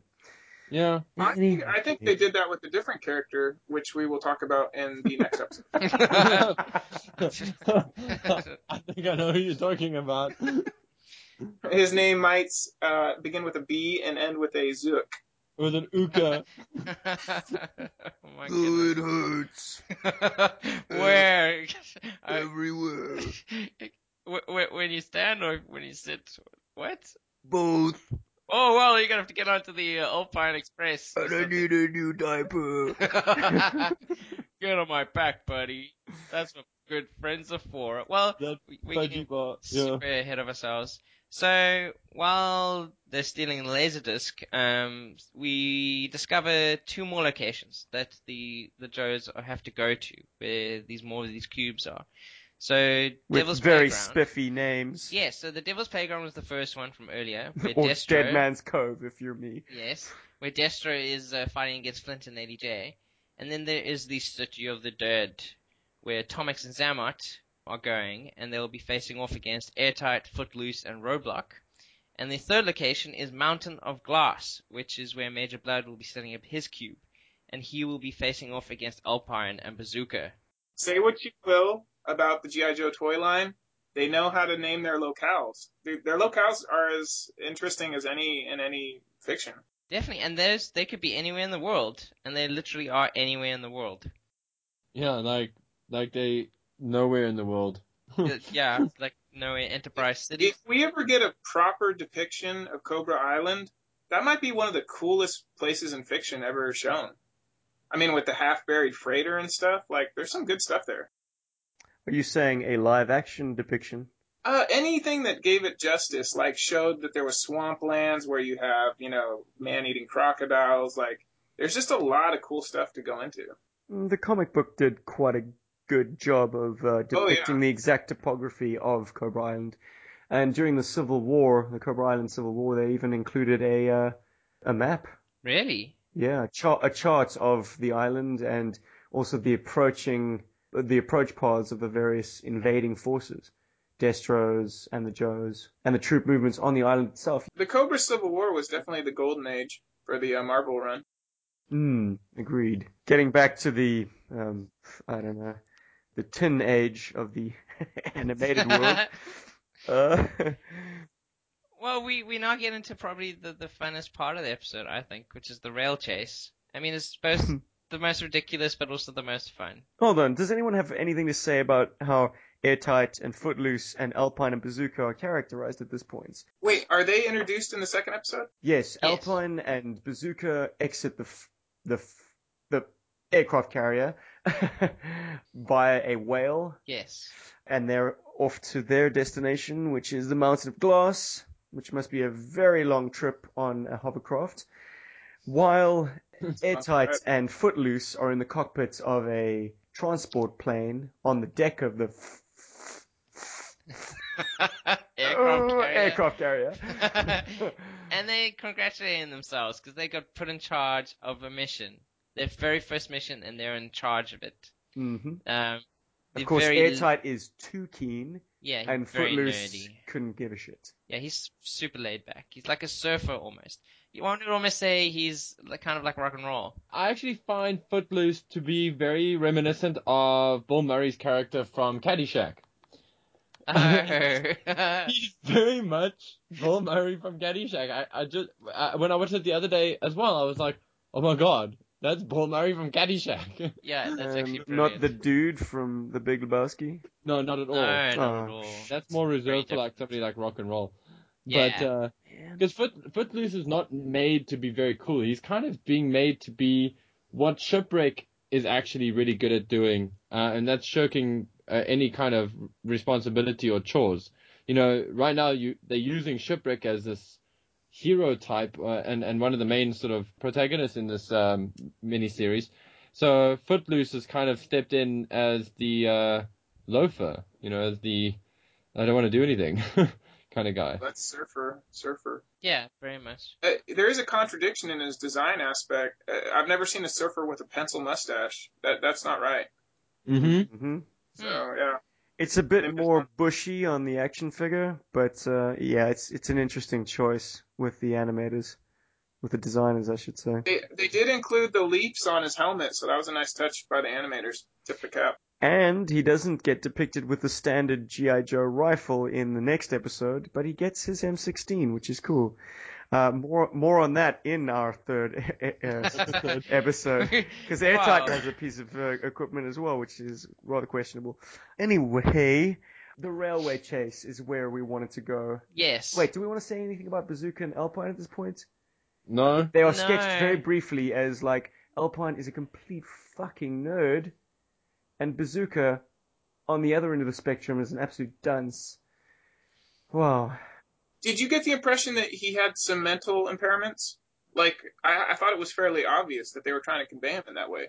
Speaker 5: Yeah.
Speaker 4: I think, I think they did that with a different character, which we will talk about in the next episode.
Speaker 3: Oh
Speaker 5: I think I know who you're talking about.
Speaker 4: His name might uh, begin with a B and end with a Zook.
Speaker 5: It was an Uka.
Speaker 3: oh my
Speaker 7: Oh, it
Speaker 3: goodness.
Speaker 7: hurts
Speaker 3: Where? I-
Speaker 7: everywhere.
Speaker 3: Wh- wh- when you stand or when you sit? What?
Speaker 7: Both.
Speaker 3: Oh well, you're gonna have to get onto the uh, Alpine Express. or
Speaker 7: And I
Speaker 3: something.
Speaker 7: need a new diaper.
Speaker 3: get on my back, buddy. That's what good friends are for. Well,
Speaker 5: That
Speaker 3: we, we
Speaker 5: Pudgy
Speaker 3: can
Speaker 5: bar. Yeah.
Speaker 3: super ahead of ourselves. So while they're stealing the Laserdisc, um, we discover two more locations that the the Joes have to go to, where these more of these cubes are. So
Speaker 2: With
Speaker 3: Devil's
Speaker 2: very
Speaker 3: Playground.
Speaker 2: spiffy names.
Speaker 3: Yes, so the Devil's Playground was the first one from earlier. Where
Speaker 2: or
Speaker 3: Destro,
Speaker 2: Dead Man's Cove, if you're me.
Speaker 3: Yes, where Destro is uh, fighting against Flint and Lady J. And then there is the Statue of the Dead, where Tomix and Zammart are going, and they'll be facing off against Airtight, Footloose, and Roblox. And the third location is Mountain of Glass, which is where Major Blood will be setting up his cube, and he will be facing off against Alpine and Bazooka.
Speaker 4: Say what you will about the GI Joe toy line, they know how to name their locales. Their, their locales are as interesting as any in any fiction.
Speaker 3: Definitely, and those they could be anywhere in the world, and they literally are anywhere in the world.
Speaker 5: Yeah, like like they nowhere in the world.
Speaker 3: yeah, like nowhere Enterprise City.
Speaker 4: If we ever get a proper depiction of Cobra Island, that might be one of the coolest places in fiction ever shown. I mean, with the half-buried freighter and stuff, like there's some good stuff there.
Speaker 2: Are you saying a live action depiction?
Speaker 4: Uh, anything that gave it justice, like showed that there was swamplands where you have, you know, man-eating crocodiles. Like, there's just a lot of cool stuff to go into.
Speaker 2: Mm, The comic book did quite a good job of uh,
Speaker 4: yeah.
Speaker 2: depicting the exact topography of Cobra Island. And during the Civil War, the Cobra Island Civil War, they even included a uh, a map,
Speaker 3: Really?
Speaker 2: yeah, a, char- a chart of the island and also the approaching the approach paths of the various invading forces, Destros and the Joes, and the troop movements on the island itself.
Speaker 4: The Cobra Civil War was definitely the golden age for the uh, Marvel run.
Speaker 2: Mm, agreed. Getting back to the um, I don't know, the tin age of the animated world. Uh,
Speaker 3: Well, we, we now get into probably the, the funnest part of the episode, I think, which is the rail chase. I mean, it's both the most ridiculous, but also the most fun.
Speaker 2: hold on. Does anyone have anything to say about how Airtight and Footloose and Alpine and Bazooka are characterized at this point?
Speaker 4: Wait, are they introduced in the second episode?
Speaker 2: Yes,
Speaker 3: Yes.
Speaker 2: Alpine and Bazooka exit the f- the f- the aircraft carrier via a whale,
Speaker 3: Yes.
Speaker 2: and they're off to their destination, which is the Mountain of Glass. which must be a very long trip on a hovercraft, while Airtight and Footloose are in the cockpit of a transport plane on the deck of the f-
Speaker 3: Aircraft
Speaker 2: Oh,
Speaker 3: carrier.
Speaker 2: aircraft carrier.
Speaker 3: and they congratulating themselves because they got put in charge of a mission, their very first mission, and they're in charge of it.
Speaker 2: hmm
Speaker 3: Um,
Speaker 2: Of
Speaker 3: they're
Speaker 2: course,
Speaker 3: very,
Speaker 2: Airtight is too keen,
Speaker 3: yeah, he's
Speaker 2: and
Speaker 3: very
Speaker 2: Footloose
Speaker 3: nerdy.
Speaker 2: couldn't give a shit.
Speaker 3: Yeah, he's super laid back. He's like a surfer almost. You want to almost say he's like, kind of like rock and roll.
Speaker 5: I actually find Footloose to be very reminiscent of Bill Murray's character from Caddyshack.
Speaker 3: Oh.
Speaker 5: He's very much Bill Murray from Caddyshack. I, I just I, when I watched it the other day as well, I was like, oh my god, that's Bill Murray from Caddyshack.
Speaker 3: yeah, that's
Speaker 2: Um,
Speaker 3: actually
Speaker 2: not
Speaker 3: brilliant.
Speaker 2: the dude from The Big Lebowski.
Speaker 5: no, not at all.
Speaker 3: No, not at
Speaker 2: Oh,
Speaker 3: all.
Speaker 5: That's more reserved for
Speaker 3: different.
Speaker 5: like somebody like rock and roll. But
Speaker 3: Yeah.
Speaker 5: uh
Speaker 2: Yeah.
Speaker 5: because Foot, Footloose is not made to be very cool. He's kind of being made to be what Shipwreck is actually really good at doing, uh, and that's shirking uh, any kind of responsibility or chores. You know, right now you they're using Shipwreck as this hero type, uh, and and one of the main sort of protagonists in this um, miniseries. So Footloose has kind of stepped in as the uh, loafer, you know, as the I don't want to do anything kind of guy.
Speaker 4: That's surfer, surfer.
Speaker 3: Yeah, very much.
Speaker 4: Uh, there is a contradiction in his design aspect. Uh, I've never seen a surfer with a pencil mustache. That that's not right.
Speaker 5: Mm-hmm.
Speaker 2: hmm
Speaker 4: So yeah,
Speaker 2: It's a bit
Speaker 4: Interesting.
Speaker 2: more bushy on the action figure, but uh, yeah, it's it's an interesting choice with the animators, with the designers, I should say.
Speaker 4: they they did include the leaps on his helmet, so that was a nice touch by the animators. Tip the cap.
Speaker 2: And he doesn't get depicted with the standard GI Joe rifle in the next episode, but he gets his M16, which is cool. Uh, more more on that in our third e- e- uh, episode. Because Airtight
Speaker 3: Wow.
Speaker 2: has a piece of uh, equipment as well, which is rather questionable. Anyway, the railway chase is where we wanted to go.
Speaker 3: Yes.
Speaker 2: Wait, do we want to say anything about Bazooka and Alpine at this point?
Speaker 5: No.
Speaker 2: They
Speaker 3: No.
Speaker 2: are sketched very briefly as like Alpine is a complete fucking nerd, and Bazooka, on the other end of the spectrum, is an absolute dunce. Wow.
Speaker 4: Did you get the impression that he had some mental impairments? Like I, I thought it was fairly obvious that they were trying to convey him in that way.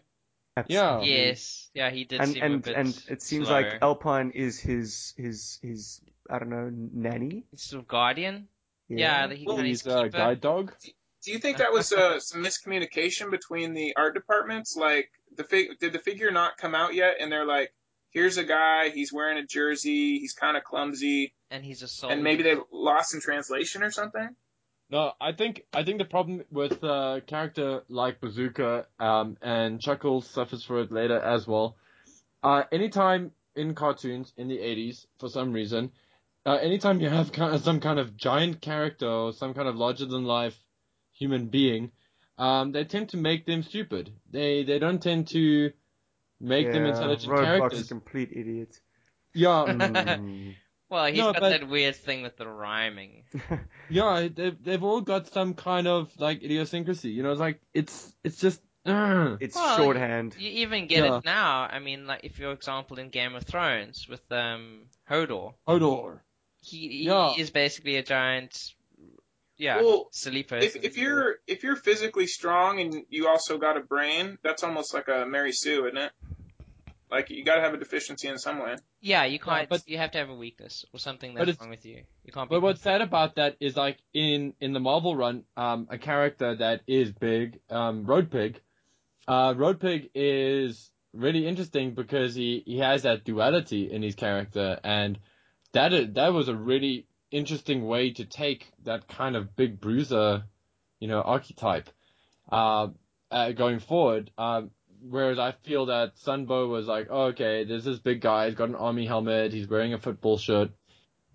Speaker 4: Oh,
Speaker 5: Yeah.
Speaker 2: Absolutely.
Speaker 3: Yes. Yeah, he did
Speaker 2: And
Speaker 3: seem a
Speaker 2: and
Speaker 3: bit
Speaker 2: and it seems
Speaker 3: slow.
Speaker 2: like Alpine is his his his I don't know nanny.
Speaker 3: Sort of guardian. Yeah, he
Speaker 4: Well, uh,
Speaker 3: kind
Speaker 5: He's
Speaker 3: of
Speaker 5: a guide dog.
Speaker 4: Do you think that was uh, some miscommunication between the art departments? Like, the fig- did the figure not come out yet? And they're like, "Here's a guy. He's wearing a jersey. He's kind of clumsy."
Speaker 3: and he's a soldier.
Speaker 4: And maybe they lost in translation or something.
Speaker 5: No, I think I think the problem with a character like Bazooka um, and Chuckles suffers for it later as well. Uh, anytime in cartoons in the 80s, for some reason, uh, anytime you have ki some kind of giant character or some kind of larger than life human being, um, they tend to make them stupid. They they don't tend to make them
Speaker 2: Yeah,
Speaker 5: intelligent
Speaker 2: Roadblock's a
Speaker 5: characters.
Speaker 2: complete idiot.
Speaker 5: Yeah,
Speaker 2: Mm.
Speaker 3: Well, he's
Speaker 5: No,
Speaker 3: got
Speaker 5: but-
Speaker 3: that weird thing with the rhyming.
Speaker 5: Yeah, they've they've all got some kind of like idiosyncrasy. You know, it's like it's it's just uh,
Speaker 2: it's
Speaker 3: Well,
Speaker 2: shorthand.
Speaker 3: You even get
Speaker 5: Yeah.
Speaker 3: it now. I mean, like if your example in Game of Thrones with um Hodor,
Speaker 5: Hodor.
Speaker 3: he, he
Speaker 5: Yeah.
Speaker 3: is basically a giant, yeah,
Speaker 4: Well,
Speaker 3: silly
Speaker 4: If
Speaker 3: person.
Speaker 4: if you're if you're physically strong and you also got a brain, that's almost like a Mary Sue, isn't it? Like you got to have a deficiency in some way.
Speaker 3: yeah, you can't.
Speaker 5: Uh, but-
Speaker 3: you have to have a weakness or something
Speaker 5: But
Speaker 3: that's
Speaker 5: it's-
Speaker 3: wrong with you. You can't. Be
Speaker 5: But what's sad about that is like in in the Marvel run, um, a character that is big, um, Road Pig. Uh, Road Pig is really interesting because he he has that duality in his character, and that i- that was a really interesting way to take that kind of big bruiser, you know, archetype, uh, uh going forward. Um, Whereas I feel that Sunbow was like, oh, okay, there's this big guy. He's got an army helmet. He's wearing a football shirt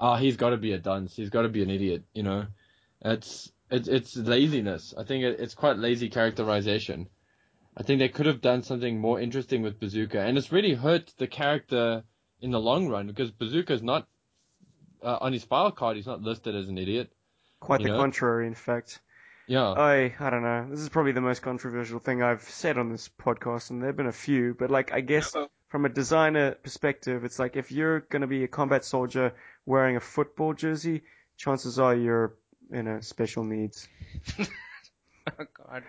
Speaker 5: ah, he's got to be a dunce. He's got to be an idiot. You know, it's it's it's laziness. I think it, it's quite lazy characterization. I think they could have done something more interesting with Bazooka, and it's really hurt the character in the long run because Bazooka's not uh, on his file card. He's not listed as an idiot.
Speaker 2: Quite the
Speaker 5: you know?
Speaker 2: contrary, in fact.
Speaker 5: Yeah.
Speaker 2: I I don't know. This is probably the most controversial thing I've said on this podcast, and there've been a few. But like, I guess
Speaker 4: So,
Speaker 2: from a designer perspective, it's like if you're gonna be a combat soldier wearing a football jersey, chances are you're in a special needs.
Speaker 3: Oh god.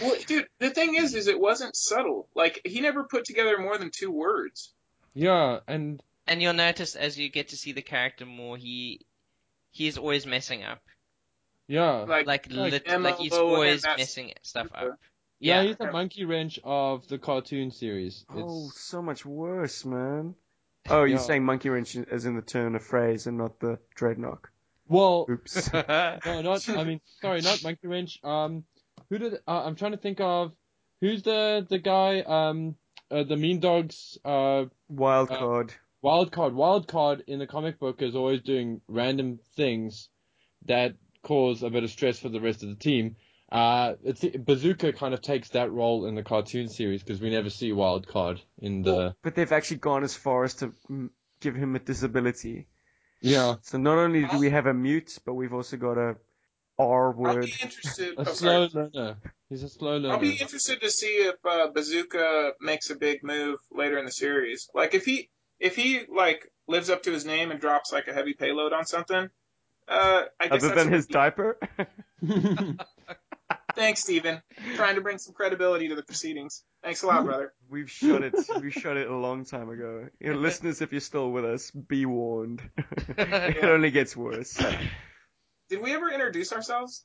Speaker 4: Well, dude, the thing is, is it wasn't subtle. Like he never put together more than two words.
Speaker 5: Yeah, and
Speaker 3: And you'll notice as you get to see the character more, he he is always messing up.
Speaker 5: yeah,
Speaker 4: Like,
Speaker 3: Like
Speaker 5: Uh-huh. Like
Speaker 3: lit,
Speaker 4: MLO
Speaker 3: like he's
Speaker 4: and
Speaker 3: always
Speaker 4: that's-
Speaker 3: messing stuff up.
Speaker 5: yeah,
Speaker 3: Yeah.
Speaker 5: he's the monkey wrench of the cartoon series. It's,
Speaker 2: Oh, so much worse, man. Oh,
Speaker 5: Yeah.
Speaker 2: you're saying monkey wrench as in the turn of phrase and not the dreadnought.
Speaker 5: well,
Speaker 2: Oops.
Speaker 5: no, not. I mean, sorry, not monkey wrench. Um, who did? Uh, I'm trying to think of who's the the guy. Um, uh, the mean dogs. Uh,
Speaker 2: Wild
Speaker 5: Uh,
Speaker 2: card.
Speaker 5: wild card. Wild card in the comic book is always doing random things that cause a bit of stress for the rest of the team. Uh, it's, Bazooka kind of takes that role in the cartoon series because we never see Wild Card in the.
Speaker 2: But they've actually gone as far as to mm, give him a disability.
Speaker 5: Yeah.
Speaker 2: So not only do we have a mute, but we've also got a R
Speaker 4: I'll
Speaker 2: word.
Speaker 4: be interested.
Speaker 5: A
Speaker 4: oh,
Speaker 5: slow
Speaker 4: sorry.
Speaker 5: learner. He's a slow
Speaker 4: I'll
Speaker 5: learner.
Speaker 4: be interested to see if uh, Bazooka makes a big move later in the series. Like if he if he like lives up to his name and drops like a heavy payload on something. Uh, I guess
Speaker 2: Other
Speaker 4: that's
Speaker 2: than his diaper.
Speaker 4: Thanks, Steven. Trying to bring some credibility to the proceedings. Thanks a lot, brother.
Speaker 2: we've shut it. We shut it a long time ago. You know, listeners, if you're still with us, be warned. it only gets worse.
Speaker 4: Did we ever introduce ourselves?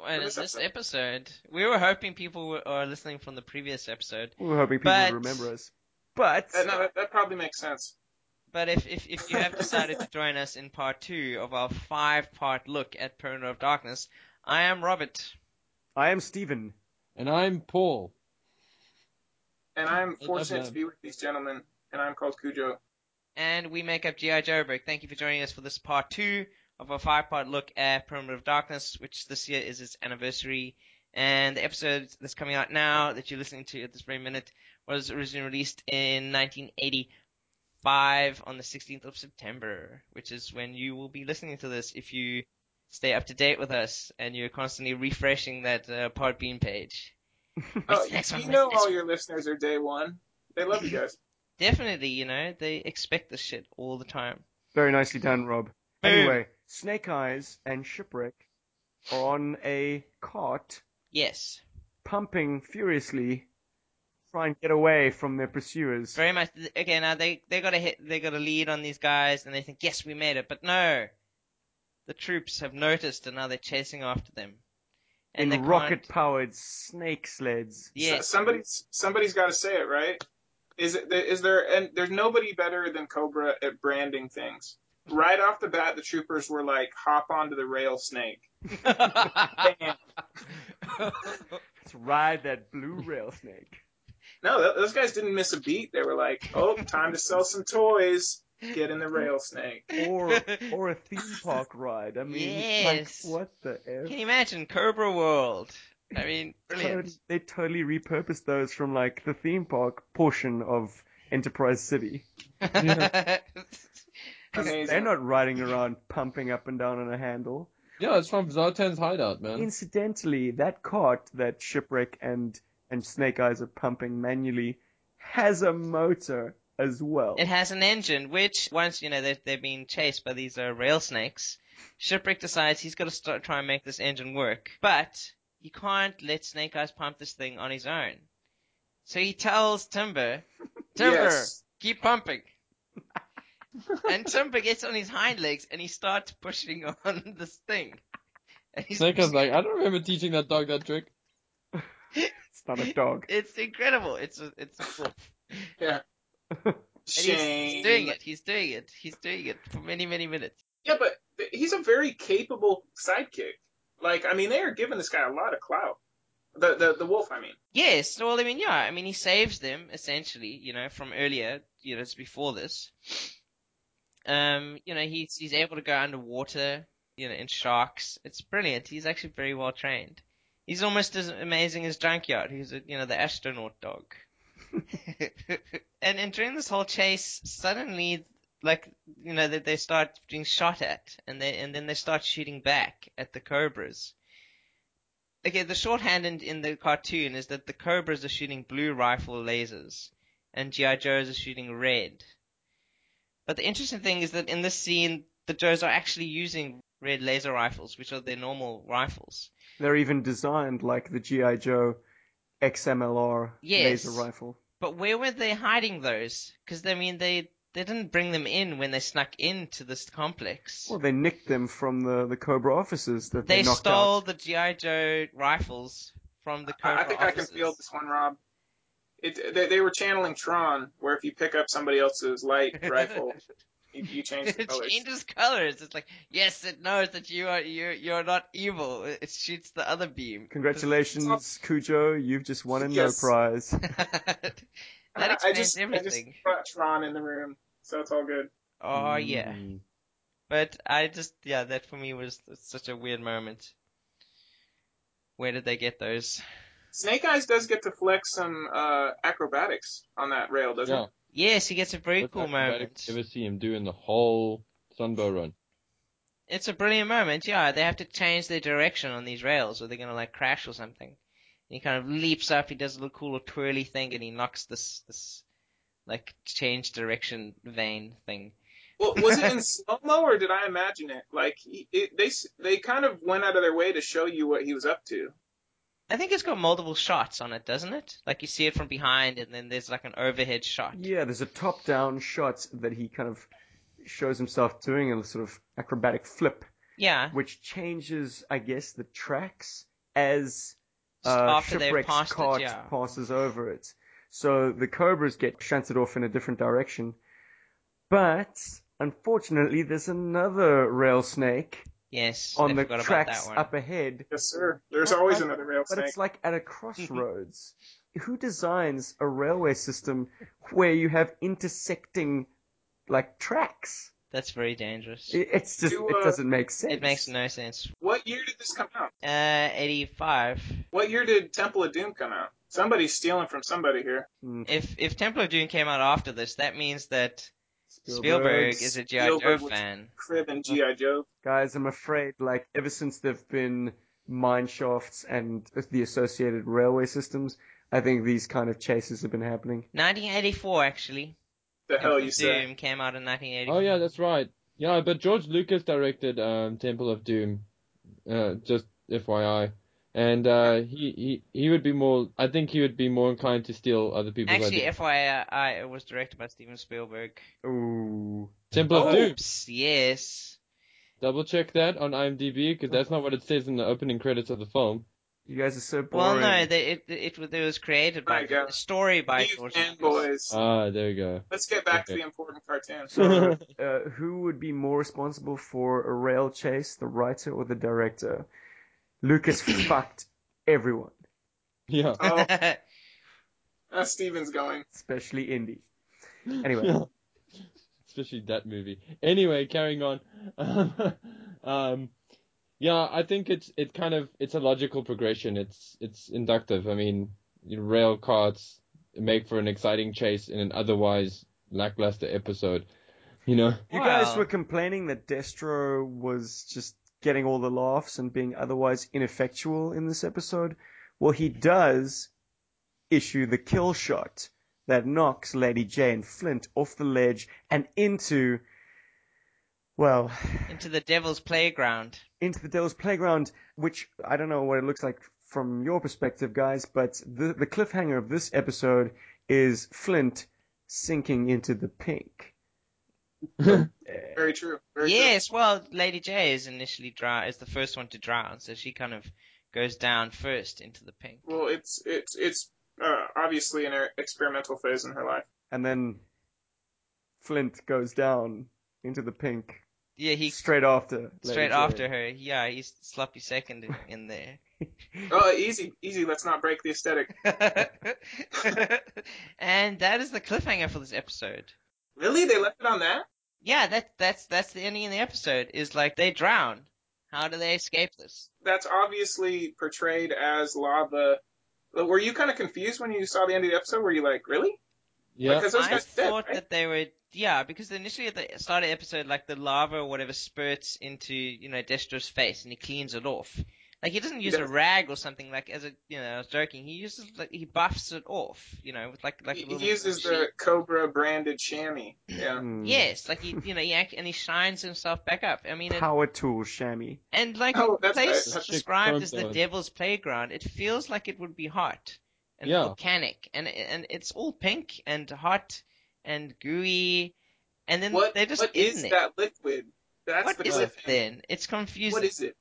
Speaker 3: Well,
Speaker 4: For
Speaker 3: in
Speaker 4: this
Speaker 3: this episode, we were hoping people were are listening from the previous episode,
Speaker 2: We're hoping people
Speaker 3: But-
Speaker 2: remember us. But
Speaker 4: Uh, no, that, that probably makes sense.
Speaker 3: but if, if, if you have decided to join us in part two of our five part look at Perimeter of Darkness, I am Robert.
Speaker 2: I am Steven.
Speaker 5: and I'm Paul.
Speaker 4: And I'm
Speaker 5: Love
Speaker 4: fortunate
Speaker 5: that.
Speaker 4: to be with these gentlemen, and I'm called Cujo.
Speaker 3: and we make up G.I. Joe Brick. Thank you for joining us for this part two of our five part look at Perimeter of Darkness, which this year is its anniversary. And the episode that's coming out now that you're listening to at this very minute was originally released in 1985 on the 16th of September, which is when you will be listening to this if you stay up to date with us and you're constantly refreshing that uh, Podbean page.
Speaker 4: Oh,
Speaker 3: the next one, where's
Speaker 4: you
Speaker 3: the
Speaker 4: know
Speaker 3: next
Speaker 4: all your listeners are day one. They love you guys.
Speaker 3: Definitely, you know, they expect this shit all the time.
Speaker 2: Very nicely done, Rob.
Speaker 3: Boom.
Speaker 2: Anyway, Snake Eyes and Shipwreck are on a cart
Speaker 3: Yes.
Speaker 2: pumping furiously, try and get away from their pursuers.
Speaker 3: Very much. Okay, now they they got a hit, they got a lead on these guys, and they think yes, we made it. But no, the troops have noticed, and now they're chasing after them. And they
Speaker 2: in rocket
Speaker 3: can't-
Speaker 2: powered snake sleds.
Speaker 3: Yes.
Speaker 4: So- somebody's somebody's got to say it, right? Is it is there and there's nobody better than Cobra at branding things. Right off the bat, the troopers were like, "Hop onto the rail, snake." Bam.
Speaker 2: Let's ride that blue rail snake.
Speaker 4: no, th- those guys didn't miss a beat. They were like, "Oh, time to sell some toys. Get in the rail, snake."
Speaker 2: Or or a theme park ride. I mean
Speaker 3: Yes.
Speaker 2: like what the
Speaker 3: Can
Speaker 2: F
Speaker 3: you imagine Cobra World? I mean, brilliant.
Speaker 2: Tot- they totally repurposed those from like the theme park portion of Enterprise City.
Speaker 4: Amazing.
Speaker 2: They're not riding around pumping up and down on a handle.
Speaker 5: Yeah, it's from Zartan's hideout, man.
Speaker 2: Incidentally, that cart that Shipwreck and and Snake Eyes are pumping manually has a motor as well.
Speaker 3: It has an engine, which once you know they're, they're being chased by these uh, rail snakes, Shipwreck decides he's got to start try and make this engine work. But he can't let Snake Eyes pump this thing on his own. So he tells Timber, Timber,
Speaker 4: Yes.
Speaker 3: keep pumping. and Timber gets on his hind legs and he starts pushing on this thing. And he's
Speaker 5: Snake is like, I don't remember teaching that dog that trick.
Speaker 2: it's not a dog.
Speaker 3: It's incredible. It's a, it's a cool. And he's,
Speaker 4: Shame.
Speaker 3: he's doing it. He's doing it. He's doing it for many many minutes.
Speaker 4: Yeah, but th- he's a very capable sidekick. Like, I mean, they are giving this guy a lot of clout. The the the wolf, I mean.
Speaker 3: Yes, well, I mean, yeah, I mean, he saves them essentially, you know, from earlier, you know, it's before this. Um, you know, he's he's able to go underwater, you know, in sharks. It's brilliant. He's actually very well trained. He's almost as amazing as Junkyard, who's a, you know the astronaut dog. and and during this whole chase, suddenly, like you know, they, they start being shot at, and they and then they start shooting back at the cobras. Okay, the shorthand in, in the cartoon is that the Cobras are shooting blue rifle lasers, and GI Joes are shooting red. But the interesting thing is that in this scene, the Joes are actually using red laser rifles, which are their normal rifles.
Speaker 2: They're even designed like the GI Joe XMLR
Speaker 3: Yes.
Speaker 2: laser rifle.
Speaker 3: But where were they hiding those? Because I mean, they they didn't bring them in when they snuck into this complex.
Speaker 2: Well, they nicked them from the, the Cobra officers that they,
Speaker 3: they
Speaker 2: knocked
Speaker 3: stole
Speaker 2: out.
Speaker 3: the GI Joe rifles from the Cobra
Speaker 4: I, I think I can
Speaker 3: officers.
Speaker 4: feel this one, Rob. It, they, they were channeling Tron, where if you pick up somebody else's light rifle, you, you change the
Speaker 3: It
Speaker 4: colors.
Speaker 3: changes colors. It's like yes, it knows that you are you you're not evil. It shoots the other beam.
Speaker 2: Congratulations, Cujo! You've just won a
Speaker 4: Yes.
Speaker 2: no prize.
Speaker 3: that
Speaker 4: I-
Speaker 3: explains
Speaker 4: I just,
Speaker 3: everything.
Speaker 4: I just brought Tron in the room, so it's all good.
Speaker 3: Oh yeah,
Speaker 5: Mm.
Speaker 3: but I just yeah that for me was such a weird moment. Where did they get those?
Speaker 4: Snake Eyes does get to flex some uh, acrobatics on that rail, doesn't
Speaker 5: Yeah.
Speaker 4: it?
Speaker 3: Yes, he gets a very
Speaker 5: Best
Speaker 3: cool
Speaker 5: acrobatic
Speaker 3: moment.
Speaker 5: you ever see him do in the whole Sunbow run.
Speaker 3: It's a brilliant moment. Yeah, they have to change their direction on these rails, or they're gonna like crash or something. And he kind of leaps up. He does a little cool little twirly thing, and he knocks this this like change direction vein thing.
Speaker 4: Well, was it in slow mo or did I imagine it? Like he, it, they s- they kind of went out of their way to show you what he was up to.
Speaker 3: I think it's got multiple shots on it, doesn't it? Like you see it from behind, and then there's like an overhead shot.
Speaker 2: yeah, there's a top down shot that he kind of shows himself doing a sort of acrobatic flip,
Speaker 3: Yeah,
Speaker 2: which changes, I guess, the tracks as
Speaker 3: just
Speaker 2: uh,
Speaker 3: after they've
Speaker 2: Shipwreck's
Speaker 3: passed
Speaker 2: cart
Speaker 3: it. Yeah.
Speaker 2: passes over it. So the Cobras get shunted off in a different direction. But unfortunately, there's another rail snake
Speaker 3: Yes.
Speaker 2: on
Speaker 3: I
Speaker 2: the
Speaker 3: forgot about
Speaker 2: tracks
Speaker 3: that one.
Speaker 2: up ahead.
Speaker 4: Yes, sir. There's
Speaker 2: But
Speaker 4: always
Speaker 2: like-
Speaker 4: another rail
Speaker 2: But
Speaker 4: snake.
Speaker 2: it's like
Speaker 3: Mm-hmm.
Speaker 2: at a crossroads. Who designs a railway system where you have intersecting like tracks?
Speaker 3: That's very dangerous. It,
Speaker 2: It- It's just
Speaker 4: You,
Speaker 2: it
Speaker 4: uh,
Speaker 2: doesn't make sense.
Speaker 3: makes no sense.
Speaker 4: What year did this come out?
Speaker 3: Uh, 85.
Speaker 4: What year did Temple of Doom come out? Somebody's stealing from somebody here.
Speaker 2: Mm.
Speaker 3: If if Temple of Doom came out after this, that means that Spielberg
Speaker 2: Spielberg's-
Speaker 3: is a G.I. Joe
Speaker 4: Spielberg was-
Speaker 3: fan.
Speaker 4: Crib
Speaker 3: Uh,
Speaker 4: and GI Joe.
Speaker 2: guys. I'm afraid like ever since there've been mine shafts and the associated railway systems, I think these kind of chases have been happening.
Speaker 3: 1984, actually.
Speaker 4: The hell
Speaker 3: Temple
Speaker 4: you
Speaker 3: of
Speaker 4: say?
Speaker 3: Doom came out in 1984.
Speaker 5: Oh yeah, that's right. Yeah, but George Lucas directed um, Temple of Doom. Uh, just FYI, and uh, he, he he would be more. I think he would be more inclined to steal other people's
Speaker 3: Actually,
Speaker 5: ideas.
Speaker 3: FYI, it was directed by Steven Spielberg.
Speaker 2: Ooh.
Speaker 5: Temple
Speaker 3: Oh!
Speaker 5: of Doom.
Speaker 3: Oops, yes.
Speaker 5: Double check that on IMDb because that's not what it says in the opening credits of the film.
Speaker 2: You guys are so
Speaker 3: Well,
Speaker 2: boring.
Speaker 3: no, they, it, it it was created by
Speaker 4: My God.
Speaker 3: a story by
Speaker 4: you
Speaker 3: George Lucas.
Speaker 4: fanboys.
Speaker 5: Ah, there you go.
Speaker 4: Let's get back to
Speaker 5: okay.
Speaker 4: the important cartoon.
Speaker 2: So, uh, who would be more responsible for a rail chase, the writer or the director? Lucas fucked everyone,
Speaker 5: Yeah.
Speaker 4: Oh, now Steven's going.
Speaker 2: especially Indy. Anyway,
Speaker 5: Especially that movie. Anyway, carrying on. um, yeah, I think it's it kind of it's a logical progression. It's it's inductive. I mean, you know, rail carts make for an exciting chase in an otherwise lackluster episode. You know.
Speaker 2: you guys
Speaker 3: Well.
Speaker 2: were complaining that Destro was just getting all the laughs and being otherwise ineffectual in this episode. Well, he does issue the kill shot that knocks Lady Jane Flint off the ledge and into, well,
Speaker 3: Into the Devil's Playground.
Speaker 2: into the Devil's Playground, which I don't know what it looks like from your perspective, guys, but the, the cliffhanger of this episode is Flint sinking into the pink.
Speaker 4: Very true. Very
Speaker 3: Yes, well, Lady J is initially drown is the first one to drown, so she kind of goes down first into the pink.
Speaker 4: true. Well, it's it's it's uh, obviously an er- experimental phase in her life.
Speaker 2: And then Flint goes down into the pink
Speaker 3: Yeah, he
Speaker 2: straight after. Lady
Speaker 3: straight
Speaker 2: J.
Speaker 3: after her. Yeah, he's sloppy second in, in there.
Speaker 4: Oh, easy, easy. Let's not break the aesthetic.
Speaker 3: and that is the cliffhanger for this episode.
Speaker 4: Really? They left it on that?
Speaker 3: Yeah, that that's that's the ending of the episode. Is like they drown. How do they escape this?
Speaker 4: That's obviously portrayed as lava. Were you kind of confused when you saw the end of the episode? Were you like, really?
Speaker 5: Yeah.
Speaker 4: Because those
Speaker 3: I
Speaker 4: guys are dead,
Speaker 3: thought
Speaker 4: right?
Speaker 3: that they were, yeah, because initially at the start of the episode, like the lava or whatever spurts into, you know, Destro's face and he cleans it off. Like he doesn't use a
Speaker 4: Yes.
Speaker 3: rag or something like as a you know I was joking. He uses like he buffs it off, you know, with like like a
Speaker 4: He,
Speaker 3: little
Speaker 4: he uses
Speaker 3: sheet.
Speaker 4: the Cobra branded chamois. Yeah.
Speaker 2: Hmm.
Speaker 3: Yes, like he, you know, he act, and he shines himself back up. I mean, it,
Speaker 2: Power tool chamois.
Speaker 3: and like
Speaker 4: Oh,
Speaker 3: the
Speaker 4: that's
Speaker 3: place
Speaker 4: right. That's
Speaker 3: described
Speaker 5: correct,
Speaker 3: as the
Speaker 5: though.
Speaker 3: devil's playground, it feels like it would be hot and
Speaker 5: Yeah.
Speaker 3: volcanic, and and it's all pink and hot and gooey, and then
Speaker 4: What,
Speaker 3: they're just
Speaker 4: what
Speaker 3: in
Speaker 4: is
Speaker 3: there.
Speaker 4: that liquid? That's
Speaker 3: What
Speaker 4: the
Speaker 3: is it
Speaker 4: cliffhanger.
Speaker 3: then? It's confusing.
Speaker 4: What is it?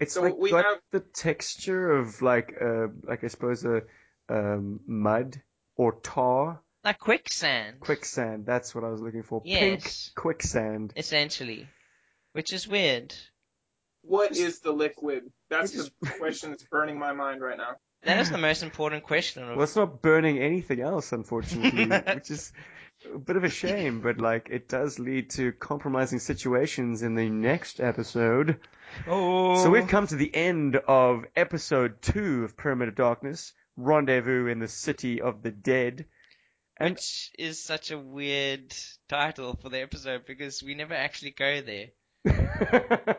Speaker 2: It's
Speaker 4: So
Speaker 2: like
Speaker 4: we
Speaker 2: got
Speaker 4: have-
Speaker 2: the texture of like uh like I suppose a um, mud or tar
Speaker 3: like quicksand?
Speaker 2: quicksand. That's what I was looking for.
Speaker 3: Yes.
Speaker 2: Pink quicksand.
Speaker 3: essentially, which is weird.
Speaker 4: What is the liquid? That's
Speaker 2: Which is-
Speaker 4: the question that's burning my mind right now.
Speaker 3: That is the most important question. Of,
Speaker 2: Well, it's not burning anything else, unfortunately, which is a bit of a shame. But like, it does lead to compromising situations in the next episode.
Speaker 3: oh,
Speaker 2: So we've come to the end of episode two of Pyramid of Darkness, Rendezvous in the City of the Dead. And
Speaker 3: which is such a weird title for the episode because we never actually go there.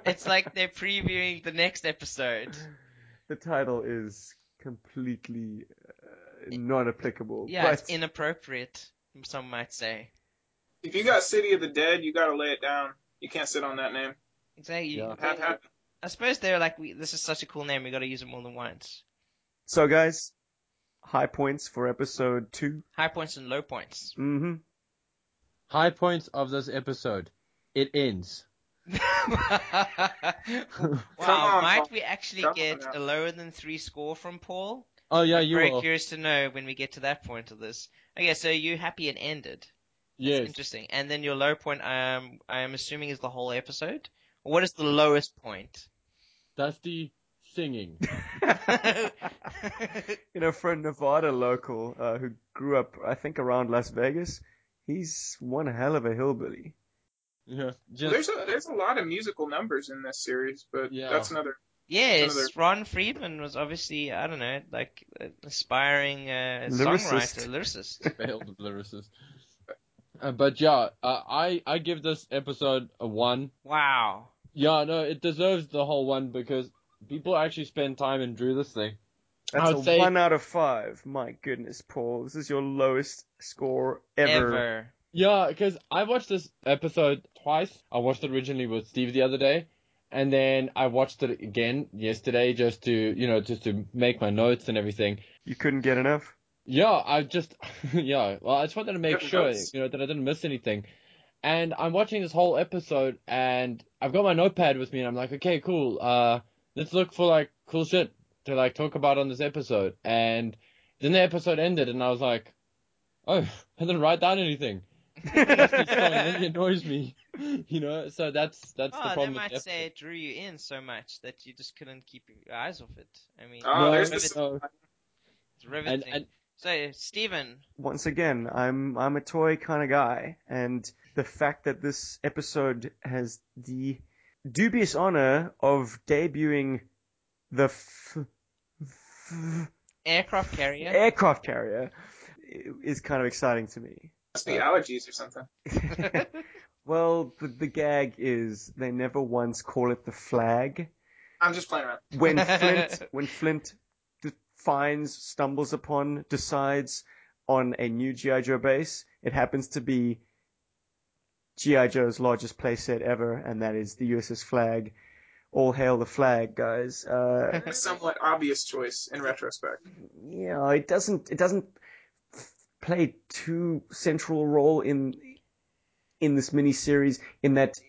Speaker 3: It's like they're previewing the next episode.
Speaker 2: the title is completely uh, not applicable.
Speaker 3: Yeah,
Speaker 2: but
Speaker 3: it's inappropriate. Some might say.
Speaker 4: If you got City of the Dead, you got to lay it down. You can't sit on that name.
Speaker 3: Exactly.
Speaker 5: Yeah.
Speaker 4: Have, have,
Speaker 3: I suppose they're like, we, this is such a cool name. We got to use it more than once.
Speaker 2: so, guys, high points for episode 2
Speaker 3: High points and low points.
Speaker 2: Mm-hmm.
Speaker 5: High points of this episode. It ends.
Speaker 3: wow,
Speaker 4: on,
Speaker 3: might
Speaker 4: Paul.
Speaker 3: we actually
Speaker 4: Come on
Speaker 3: get
Speaker 4: now.
Speaker 3: a lower than three score from Paul?
Speaker 5: Oh yeah,
Speaker 3: I'm
Speaker 5: you
Speaker 3: very
Speaker 5: are.
Speaker 3: curious to know when we get to that point of this. Okay, so you happy it ended. That's
Speaker 5: Yes.
Speaker 3: interesting. And then your low point, um, I am assuming is the whole episode. What is the lowest point?
Speaker 5: Dusty singing.
Speaker 2: You know, for a Nevada local uh, who grew up, I think, around Las Vegas, he's one hell of a hillbilly.
Speaker 5: Yeah. Just
Speaker 4: there's a there's a lot of musical numbers in this series, but
Speaker 5: Yeah.
Speaker 4: that's another. Another-
Speaker 3: yes, Ron Friedman was obviously I don't know, like an aspiring uh,
Speaker 2: Lyricist.
Speaker 3: songwriter, lyricist.
Speaker 5: failed lyricist. Uh, but yeah, uh, I I give this episode a one.
Speaker 3: wow.
Speaker 5: Yeah, no, it deserves the whole one because people actually spent time and drew this thing.
Speaker 2: That's
Speaker 5: would
Speaker 2: a
Speaker 5: say-
Speaker 2: one out of five. My goodness, Paul, this is your lowest score ever.
Speaker 3: Ever.
Speaker 5: Yeah, because I watched this episode twice. I watched it originally with Steve the other day, and then I watched it again yesterday just to you know just to make my notes and everything.
Speaker 2: You couldn't get enough.
Speaker 5: Yeah, I just yeah. Well, I just wanted to make
Speaker 4: Different
Speaker 5: sure
Speaker 4: notes.
Speaker 5: you know that I didn't miss anything. And I'm watching this whole episode, and I've got my notepad with me, and I'm like, okay, cool. Uh, let's look for like cool shit to like talk about on this episode. And then the episode ended, and I was like, oh, I didn't write down anything. Dusty song, and then it annoys me. You know, so that's that's the
Speaker 3: Oh, they
Speaker 5: problem. with
Speaker 3: might
Speaker 5: the episode.
Speaker 3: say it drew you in so much that you just couldn't keep your eyes off it. I mean,
Speaker 4: Oh,
Speaker 5: no,
Speaker 4: there's the
Speaker 3: it's
Speaker 5: no.
Speaker 3: riveting.
Speaker 5: And, and
Speaker 3: So, Stephen,
Speaker 2: Once again, I'm I'm a toy kind of guy, and the fact that this episode has the dubious honor of debuting the f- f-
Speaker 3: aircraft carrier.
Speaker 2: aircraft carrier i- is kind of exciting to me.
Speaker 4: must be allergies or something.
Speaker 2: well, the, the gag is they never once call it the flag.
Speaker 4: I'm just playing around.
Speaker 2: when Flint when Flint d- finds, stumbles upon, decides on a new GI Joe base, it happens to be GI Joe's largest playset ever, and that is the USS Flag. All hail the flag, guys. Uh,
Speaker 4: A somewhat obvious choice in retrospect.
Speaker 2: yeah, it doesn't it doesn't play too central role in in this miniseries in that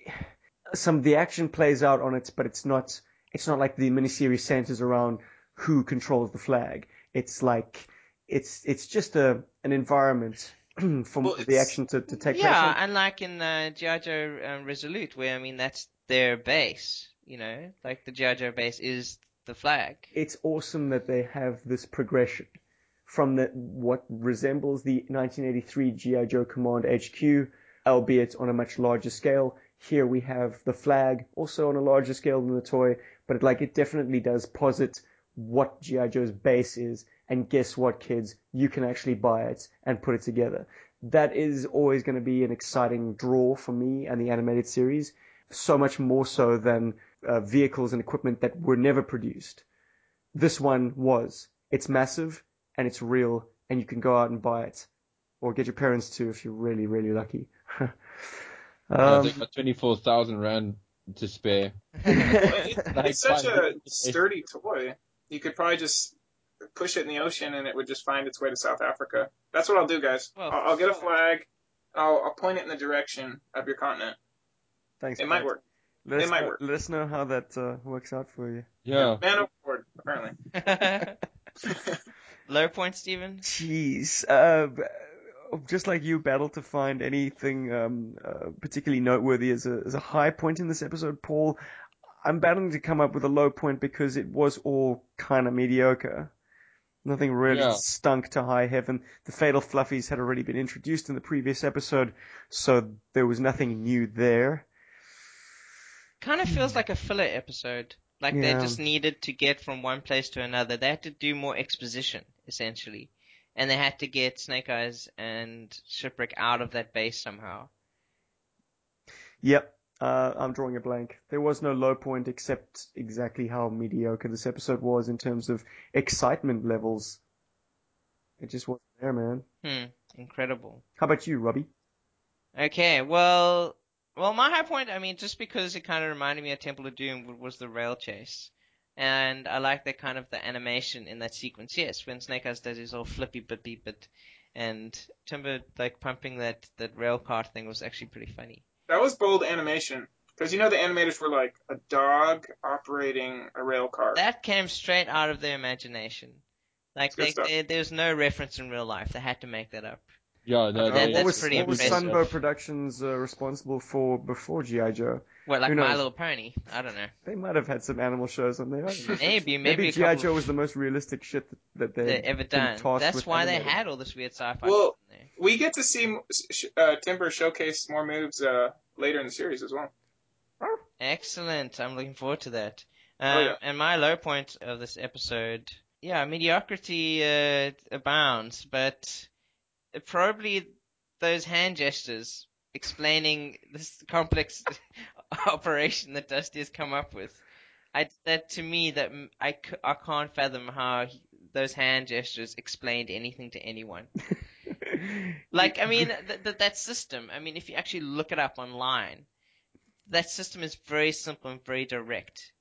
Speaker 2: some of the action plays out on it, but it's not it's not like the miniseries centers around who controls the flag. It's like it's it's just a an environment for
Speaker 4: Well,
Speaker 2: the
Speaker 4: it's-
Speaker 2: action to, to take
Speaker 3: yeah,
Speaker 2: place. in.
Speaker 3: and like in uh, G.I. Joe um, Resolute, where I mean that's their base, you know, like the G.I. Joe base is the flag.
Speaker 2: It's awesome that they have this progression from the, what resembles the 1983 GI Joe Command HQ, albeit on a much larger scale. Here we have the flag, also on a larger scale than the toy, but like it definitely does posit what GI Joe's base is. And guess what, kids? You can actually buy it and put it together. That is always going to be an exciting draw for me and the animated series. so much more so than uh, vehicles and equipment that were never produced. This one was. It's massive and it's real, and you can go out and buy it, or get your parents to if you're really, really lucky.
Speaker 5: I
Speaker 2: um,
Speaker 5: think got 24,000 rand to spare. Like,
Speaker 4: It's such
Speaker 5: fine.
Speaker 4: a sturdy toy. You could probably just push it in the ocean and it would just find its way to South Africa. That's what I'll do, guys.
Speaker 3: Well,
Speaker 4: I'll, I'll get a
Speaker 3: fuck.
Speaker 4: flag. I'll, I'll point it in the direction of your continent.
Speaker 2: thanks.
Speaker 4: It might
Speaker 2: Pat.
Speaker 4: work.
Speaker 2: Let
Speaker 4: It
Speaker 2: us
Speaker 4: might
Speaker 2: know,
Speaker 4: work.
Speaker 2: Let us know how that uh, works out for you.
Speaker 5: Yeah.
Speaker 4: Man overboard, apparently.
Speaker 3: Low point, Steven.
Speaker 2: Jeez. Uh, b- just like you battled to find anything um, uh, particularly noteworthy as a, as a high point in this episode, Paul, I'm battling to come up with a low point because it was all kind of mediocre. Nothing really
Speaker 5: Yeah.
Speaker 2: stunk to high heaven. The Fatal Fluffies had already been introduced in the previous episode, so there was nothing new there.
Speaker 3: Kind of feels like a filler episode. Like
Speaker 2: Yeah.
Speaker 3: they just needed to get from one place to another. They had to do more exposition, essentially. And they had to get Snake Eyes and Shipwreck out of that base somehow.
Speaker 2: Yep, uh, I'm drawing a blank. There was no low point except exactly how mediocre this episode was in terms of excitement levels. It just wasn't there, man.
Speaker 3: Hmm. Incredible.
Speaker 2: How about you, Robbie?
Speaker 3: Okay, well, well, my high point, I mean, just because it kind of reminded me of Temple of Doom w- was the rail chase. And I like that kind of the animation in that sequence. Yes, when Snake Eyes does his all flippy bit beep bit and Timber like pumping that, that rail cart thing was actually pretty funny.
Speaker 4: That was bold animation. Because you know the animators were like a dog operating a rail car.
Speaker 3: That came straight out of their imagination. Like
Speaker 4: It's good
Speaker 3: they,
Speaker 4: stuff.
Speaker 3: they, there's no reference in real life. They had to make that up.
Speaker 5: Yeah, no,
Speaker 3: Uh, that-
Speaker 5: they-
Speaker 2: what
Speaker 3: that's
Speaker 2: was,
Speaker 3: pretty
Speaker 2: what was
Speaker 3: impressive.
Speaker 2: Sunbow Productions uh, responsible for before G.I. Joe?
Speaker 3: Well, like
Speaker 2: Who
Speaker 3: My
Speaker 2: knows?
Speaker 3: Little Pony. I don't know.
Speaker 2: They might have had some animal shows on there. I don't know.
Speaker 3: Maybe, maybe, a
Speaker 2: G.I.
Speaker 3: couple
Speaker 2: Joe
Speaker 3: of
Speaker 2: was the most realistic shit that, that they
Speaker 3: they ever
Speaker 2: been
Speaker 3: done.
Speaker 2: tasked
Speaker 3: That's
Speaker 2: with
Speaker 3: why they
Speaker 2: animating.
Speaker 3: had all this weird sci-fi
Speaker 4: Well,
Speaker 3: stuff in there.
Speaker 4: We get to see sh- uh, Timber showcase more moves uh, later in the series as well.
Speaker 3: Excellent. I'm looking forward to that. Um,
Speaker 4: Oh, yeah.
Speaker 3: And my low point of this episode, yeah, mediocrity uh, abounds, but probably those hand gestures explaining this complex operation that Dusty has come up with. I, that to me, that m- I, c- I can't fathom how he, those hand gestures explained anything to anyone. Like, I mean, th- th- that system, I mean, if you actually look it up online, that system is very simple and very direct.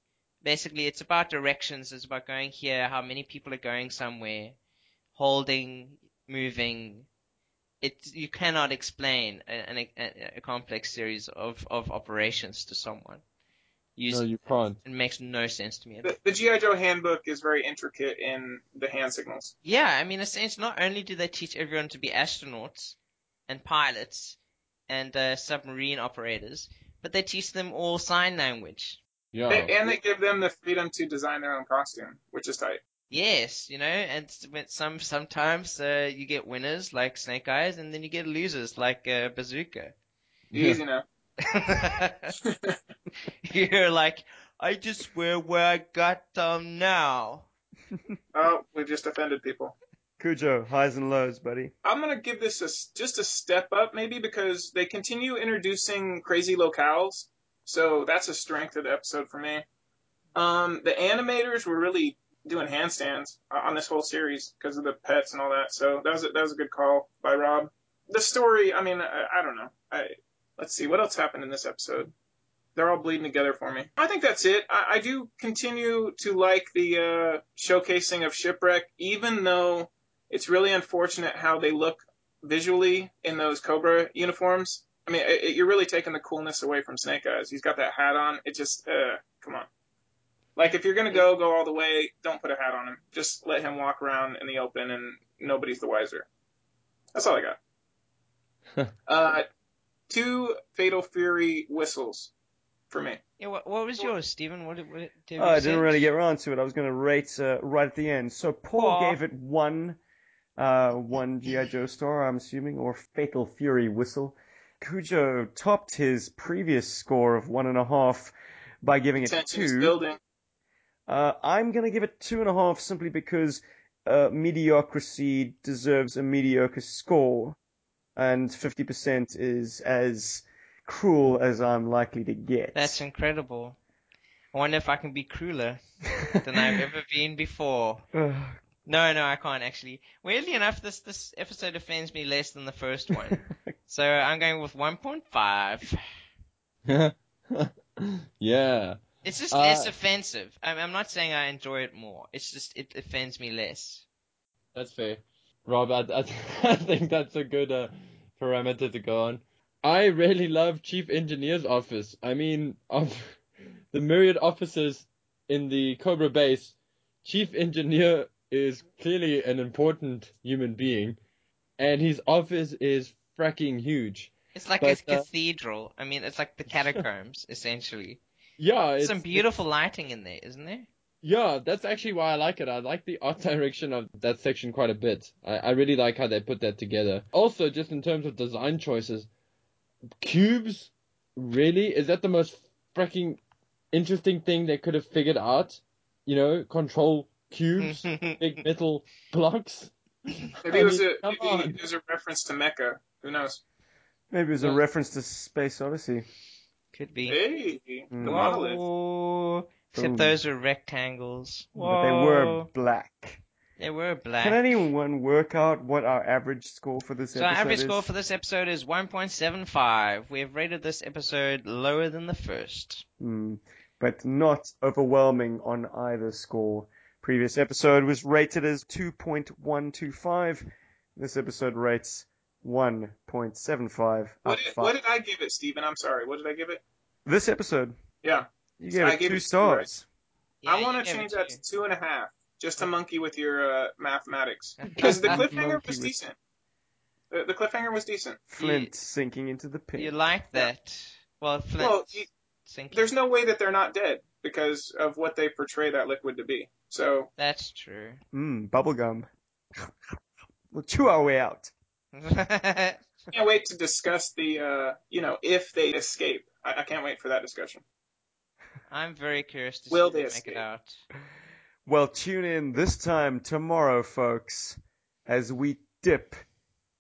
Speaker 3: Basically, it's about directions, it's about going here, how many people are going somewhere, holding, moving. It, you cannot explain a, an- a, a complex series of, of operations to someone. You
Speaker 5: No,
Speaker 3: s-
Speaker 5: you can't.
Speaker 3: It makes no sense to me.
Speaker 4: The, the G.I. Joe handbook is very intricate in the hand signals.
Speaker 3: Yeah, I mean, in a sense, not only do they teach everyone to be astronauts and pilots and uh, submarine operators, but they teach them all sign language.
Speaker 5: Yeah.
Speaker 4: They, and they give them the freedom to design their own costume, which is tight.
Speaker 3: Yes, you know, and s- when some sometimes uh, you get winners like Snake Eyes, and then you get losers like uh, Bazooka.
Speaker 5: Yeah.
Speaker 4: Easy now.
Speaker 3: You're like, I just wear where I got them now.
Speaker 4: Oh, we've just offended people.
Speaker 2: Cujo, highs and lows, buddy.
Speaker 4: I'm gonna give this a s just a step up, maybe because they continue introducing crazy locales, so that's a strength of the episode for me. Um, the animators were really doing handstands o- on this whole series because of the pets and all that. So that was a, that was a good call by Rob. The story, I mean, I, I don't know. I, let's see what else happened in this episode. They're all bleeding together for me. I think that's it. I, I do continue to like the uh, showcasing of shipwreck, even though it's really unfortunate how they look visually in those Cobra uniforms. I mean, it, it- you're really taking the coolness away from Snake Eyes. He's got that hat on. It just, uh, come on. Like, if you're gonna go, go all the way. Don't put a hat on him. Just let him walk around in the open, and nobody's the wiser. That's all I got. uh, two Fatal Fury whistles for me.
Speaker 3: Yeah, what, what was yours, Stephen? What, did- what did- did
Speaker 2: Oh,
Speaker 3: you
Speaker 2: I
Speaker 3: say?
Speaker 2: didn't really get around to it. I was going to rate uh, right at the end. So Paul
Speaker 3: Aw.
Speaker 2: gave it one, uh, one GI Joe star, I'm assuming, or Fatal Fury whistle. Cujo topped his previous score of one and a half by giving it
Speaker 4: Tension is
Speaker 2: two.
Speaker 4: building.
Speaker 2: Uh, I'm going to give it two and a half simply because uh, mediocrity deserves a mediocre score, and 50% is as cruel as I'm likely to get.
Speaker 3: That's incredible. I wonder if I can be crueler than I've ever been before.
Speaker 2: Ugh.
Speaker 3: No, no, I can't actually. Weirdly enough, this this episode offends me less than the first one. so I'm going with 1.5.
Speaker 5: yeah.
Speaker 3: It's just
Speaker 5: Uh,
Speaker 3: less offensive. I'm, I'm not saying I enjoy it more. It's just it offends me less.
Speaker 5: That's fair. Rob, I, I, I think that's a good uh, parameter to go on. I really love Chief Engineer's office. I mean, of the myriad offices in the Cobra base, Chief Engineer is clearly an important human being, and his office is fracking huge.
Speaker 3: It's like
Speaker 5: But,
Speaker 3: a
Speaker 5: uh,
Speaker 3: cathedral. I mean, it's like the catacombs essentially.
Speaker 5: Yeah, it's
Speaker 3: Some beautiful lighting in there, isn't there?
Speaker 5: Yeah, that's actually why I like it. I like the art direction of that section quite a bit. I, I really like how they put that together. Also, just in terms of design choices, cubes, really? Is that the most freaking interesting thing they could have figured out? You know, control cubes,
Speaker 3: Mm-hmm.
Speaker 5: big metal blocks.
Speaker 4: Maybe
Speaker 5: I
Speaker 4: it was
Speaker 5: mean,
Speaker 4: a
Speaker 5: come
Speaker 4: maybe
Speaker 5: on.
Speaker 4: it was a reference to Mecca. Who knows?
Speaker 2: Maybe it was a
Speaker 5: Yeah.
Speaker 2: reference to Space Odyssey.
Speaker 3: Could be.
Speaker 4: Hey,
Speaker 3: Hmm.
Speaker 2: Mm.
Speaker 4: the knowledge.
Speaker 3: Whoa. Except
Speaker 2: Boom.
Speaker 3: those were rectangles.
Speaker 2: But they were black.
Speaker 3: They were. They were black.
Speaker 2: Can anyone work out what our average score for this
Speaker 3: so our
Speaker 2: episode
Speaker 3: average
Speaker 2: is?
Speaker 3: score for this episode is 1.75. We have rated this episode lower than the first.
Speaker 2: Hmm. But not overwhelming on either score. Previous episode was rated as 2.125. This episode rates 1.75
Speaker 4: What
Speaker 2: out
Speaker 4: did,
Speaker 2: of
Speaker 4: what
Speaker 2: 5.
Speaker 4: did I give it, Stephen? I'm sorry. What did I give it?
Speaker 2: This episode,
Speaker 4: Yeah,
Speaker 2: you gave
Speaker 4: I
Speaker 2: it
Speaker 4: gave it
Speaker 2: two
Speaker 4: two,
Speaker 2: stars.
Speaker 4: I
Speaker 3: Yeah,
Speaker 4: want
Speaker 3: you
Speaker 4: to
Speaker 3: gave it
Speaker 4: change
Speaker 3: to
Speaker 4: that
Speaker 3: you.
Speaker 4: to two and a half, just to monkey with your uh, mathematics. Because the cliffhanger
Speaker 2: Monkey
Speaker 4: was
Speaker 2: with-
Speaker 4: decent. The, the cliffhanger was decent.
Speaker 2: Flint sinking into the pit.
Speaker 3: You like that? Well, Flint.
Speaker 4: Well, you,
Speaker 3: sinking.
Speaker 4: there's no way that they're not dead because of what they portray that liquid to be. So
Speaker 3: That's true.
Speaker 2: Mmm, bubblegum. We'll chew our way out.
Speaker 4: I can't wait to discuss the, uh, you know, if they escape. I, I can't wait for that discussion.
Speaker 3: I'm very curious to see
Speaker 4: Will
Speaker 3: if they
Speaker 4: they
Speaker 3: make
Speaker 4: escape?
Speaker 3: it out.
Speaker 2: Well, tune in this time tomorrow, folks, as we dip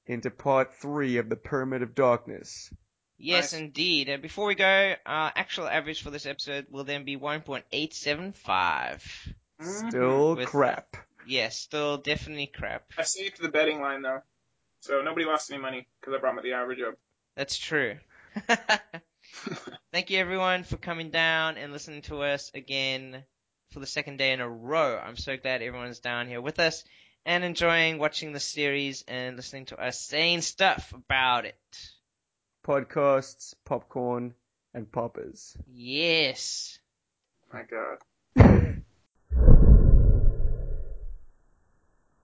Speaker 2: into part three of the Pyramid of Darkness.
Speaker 3: Yes,
Speaker 4: Nice.
Speaker 3: indeed. And before we go, our actual average for this episode will then be 1.875.
Speaker 4: Mm-hmm.
Speaker 2: Still
Speaker 3: With-
Speaker 2: crap.
Speaker 3: Yes, still definitely crap.
Speaker 4: I saved the betting line though, so nobody lost any money because I brought my the average up.
Speaker 3: That's true. Thank you everyone for coming down and listening to us again for the second day in a row. I'm so glad everyone's down here with us and enjoying watching the series and listening to us saying stuff about it.
Speaker 2: Podcasts, popcorn, and poppers.
Speaker 3: Yes.
Speaker 4: My God.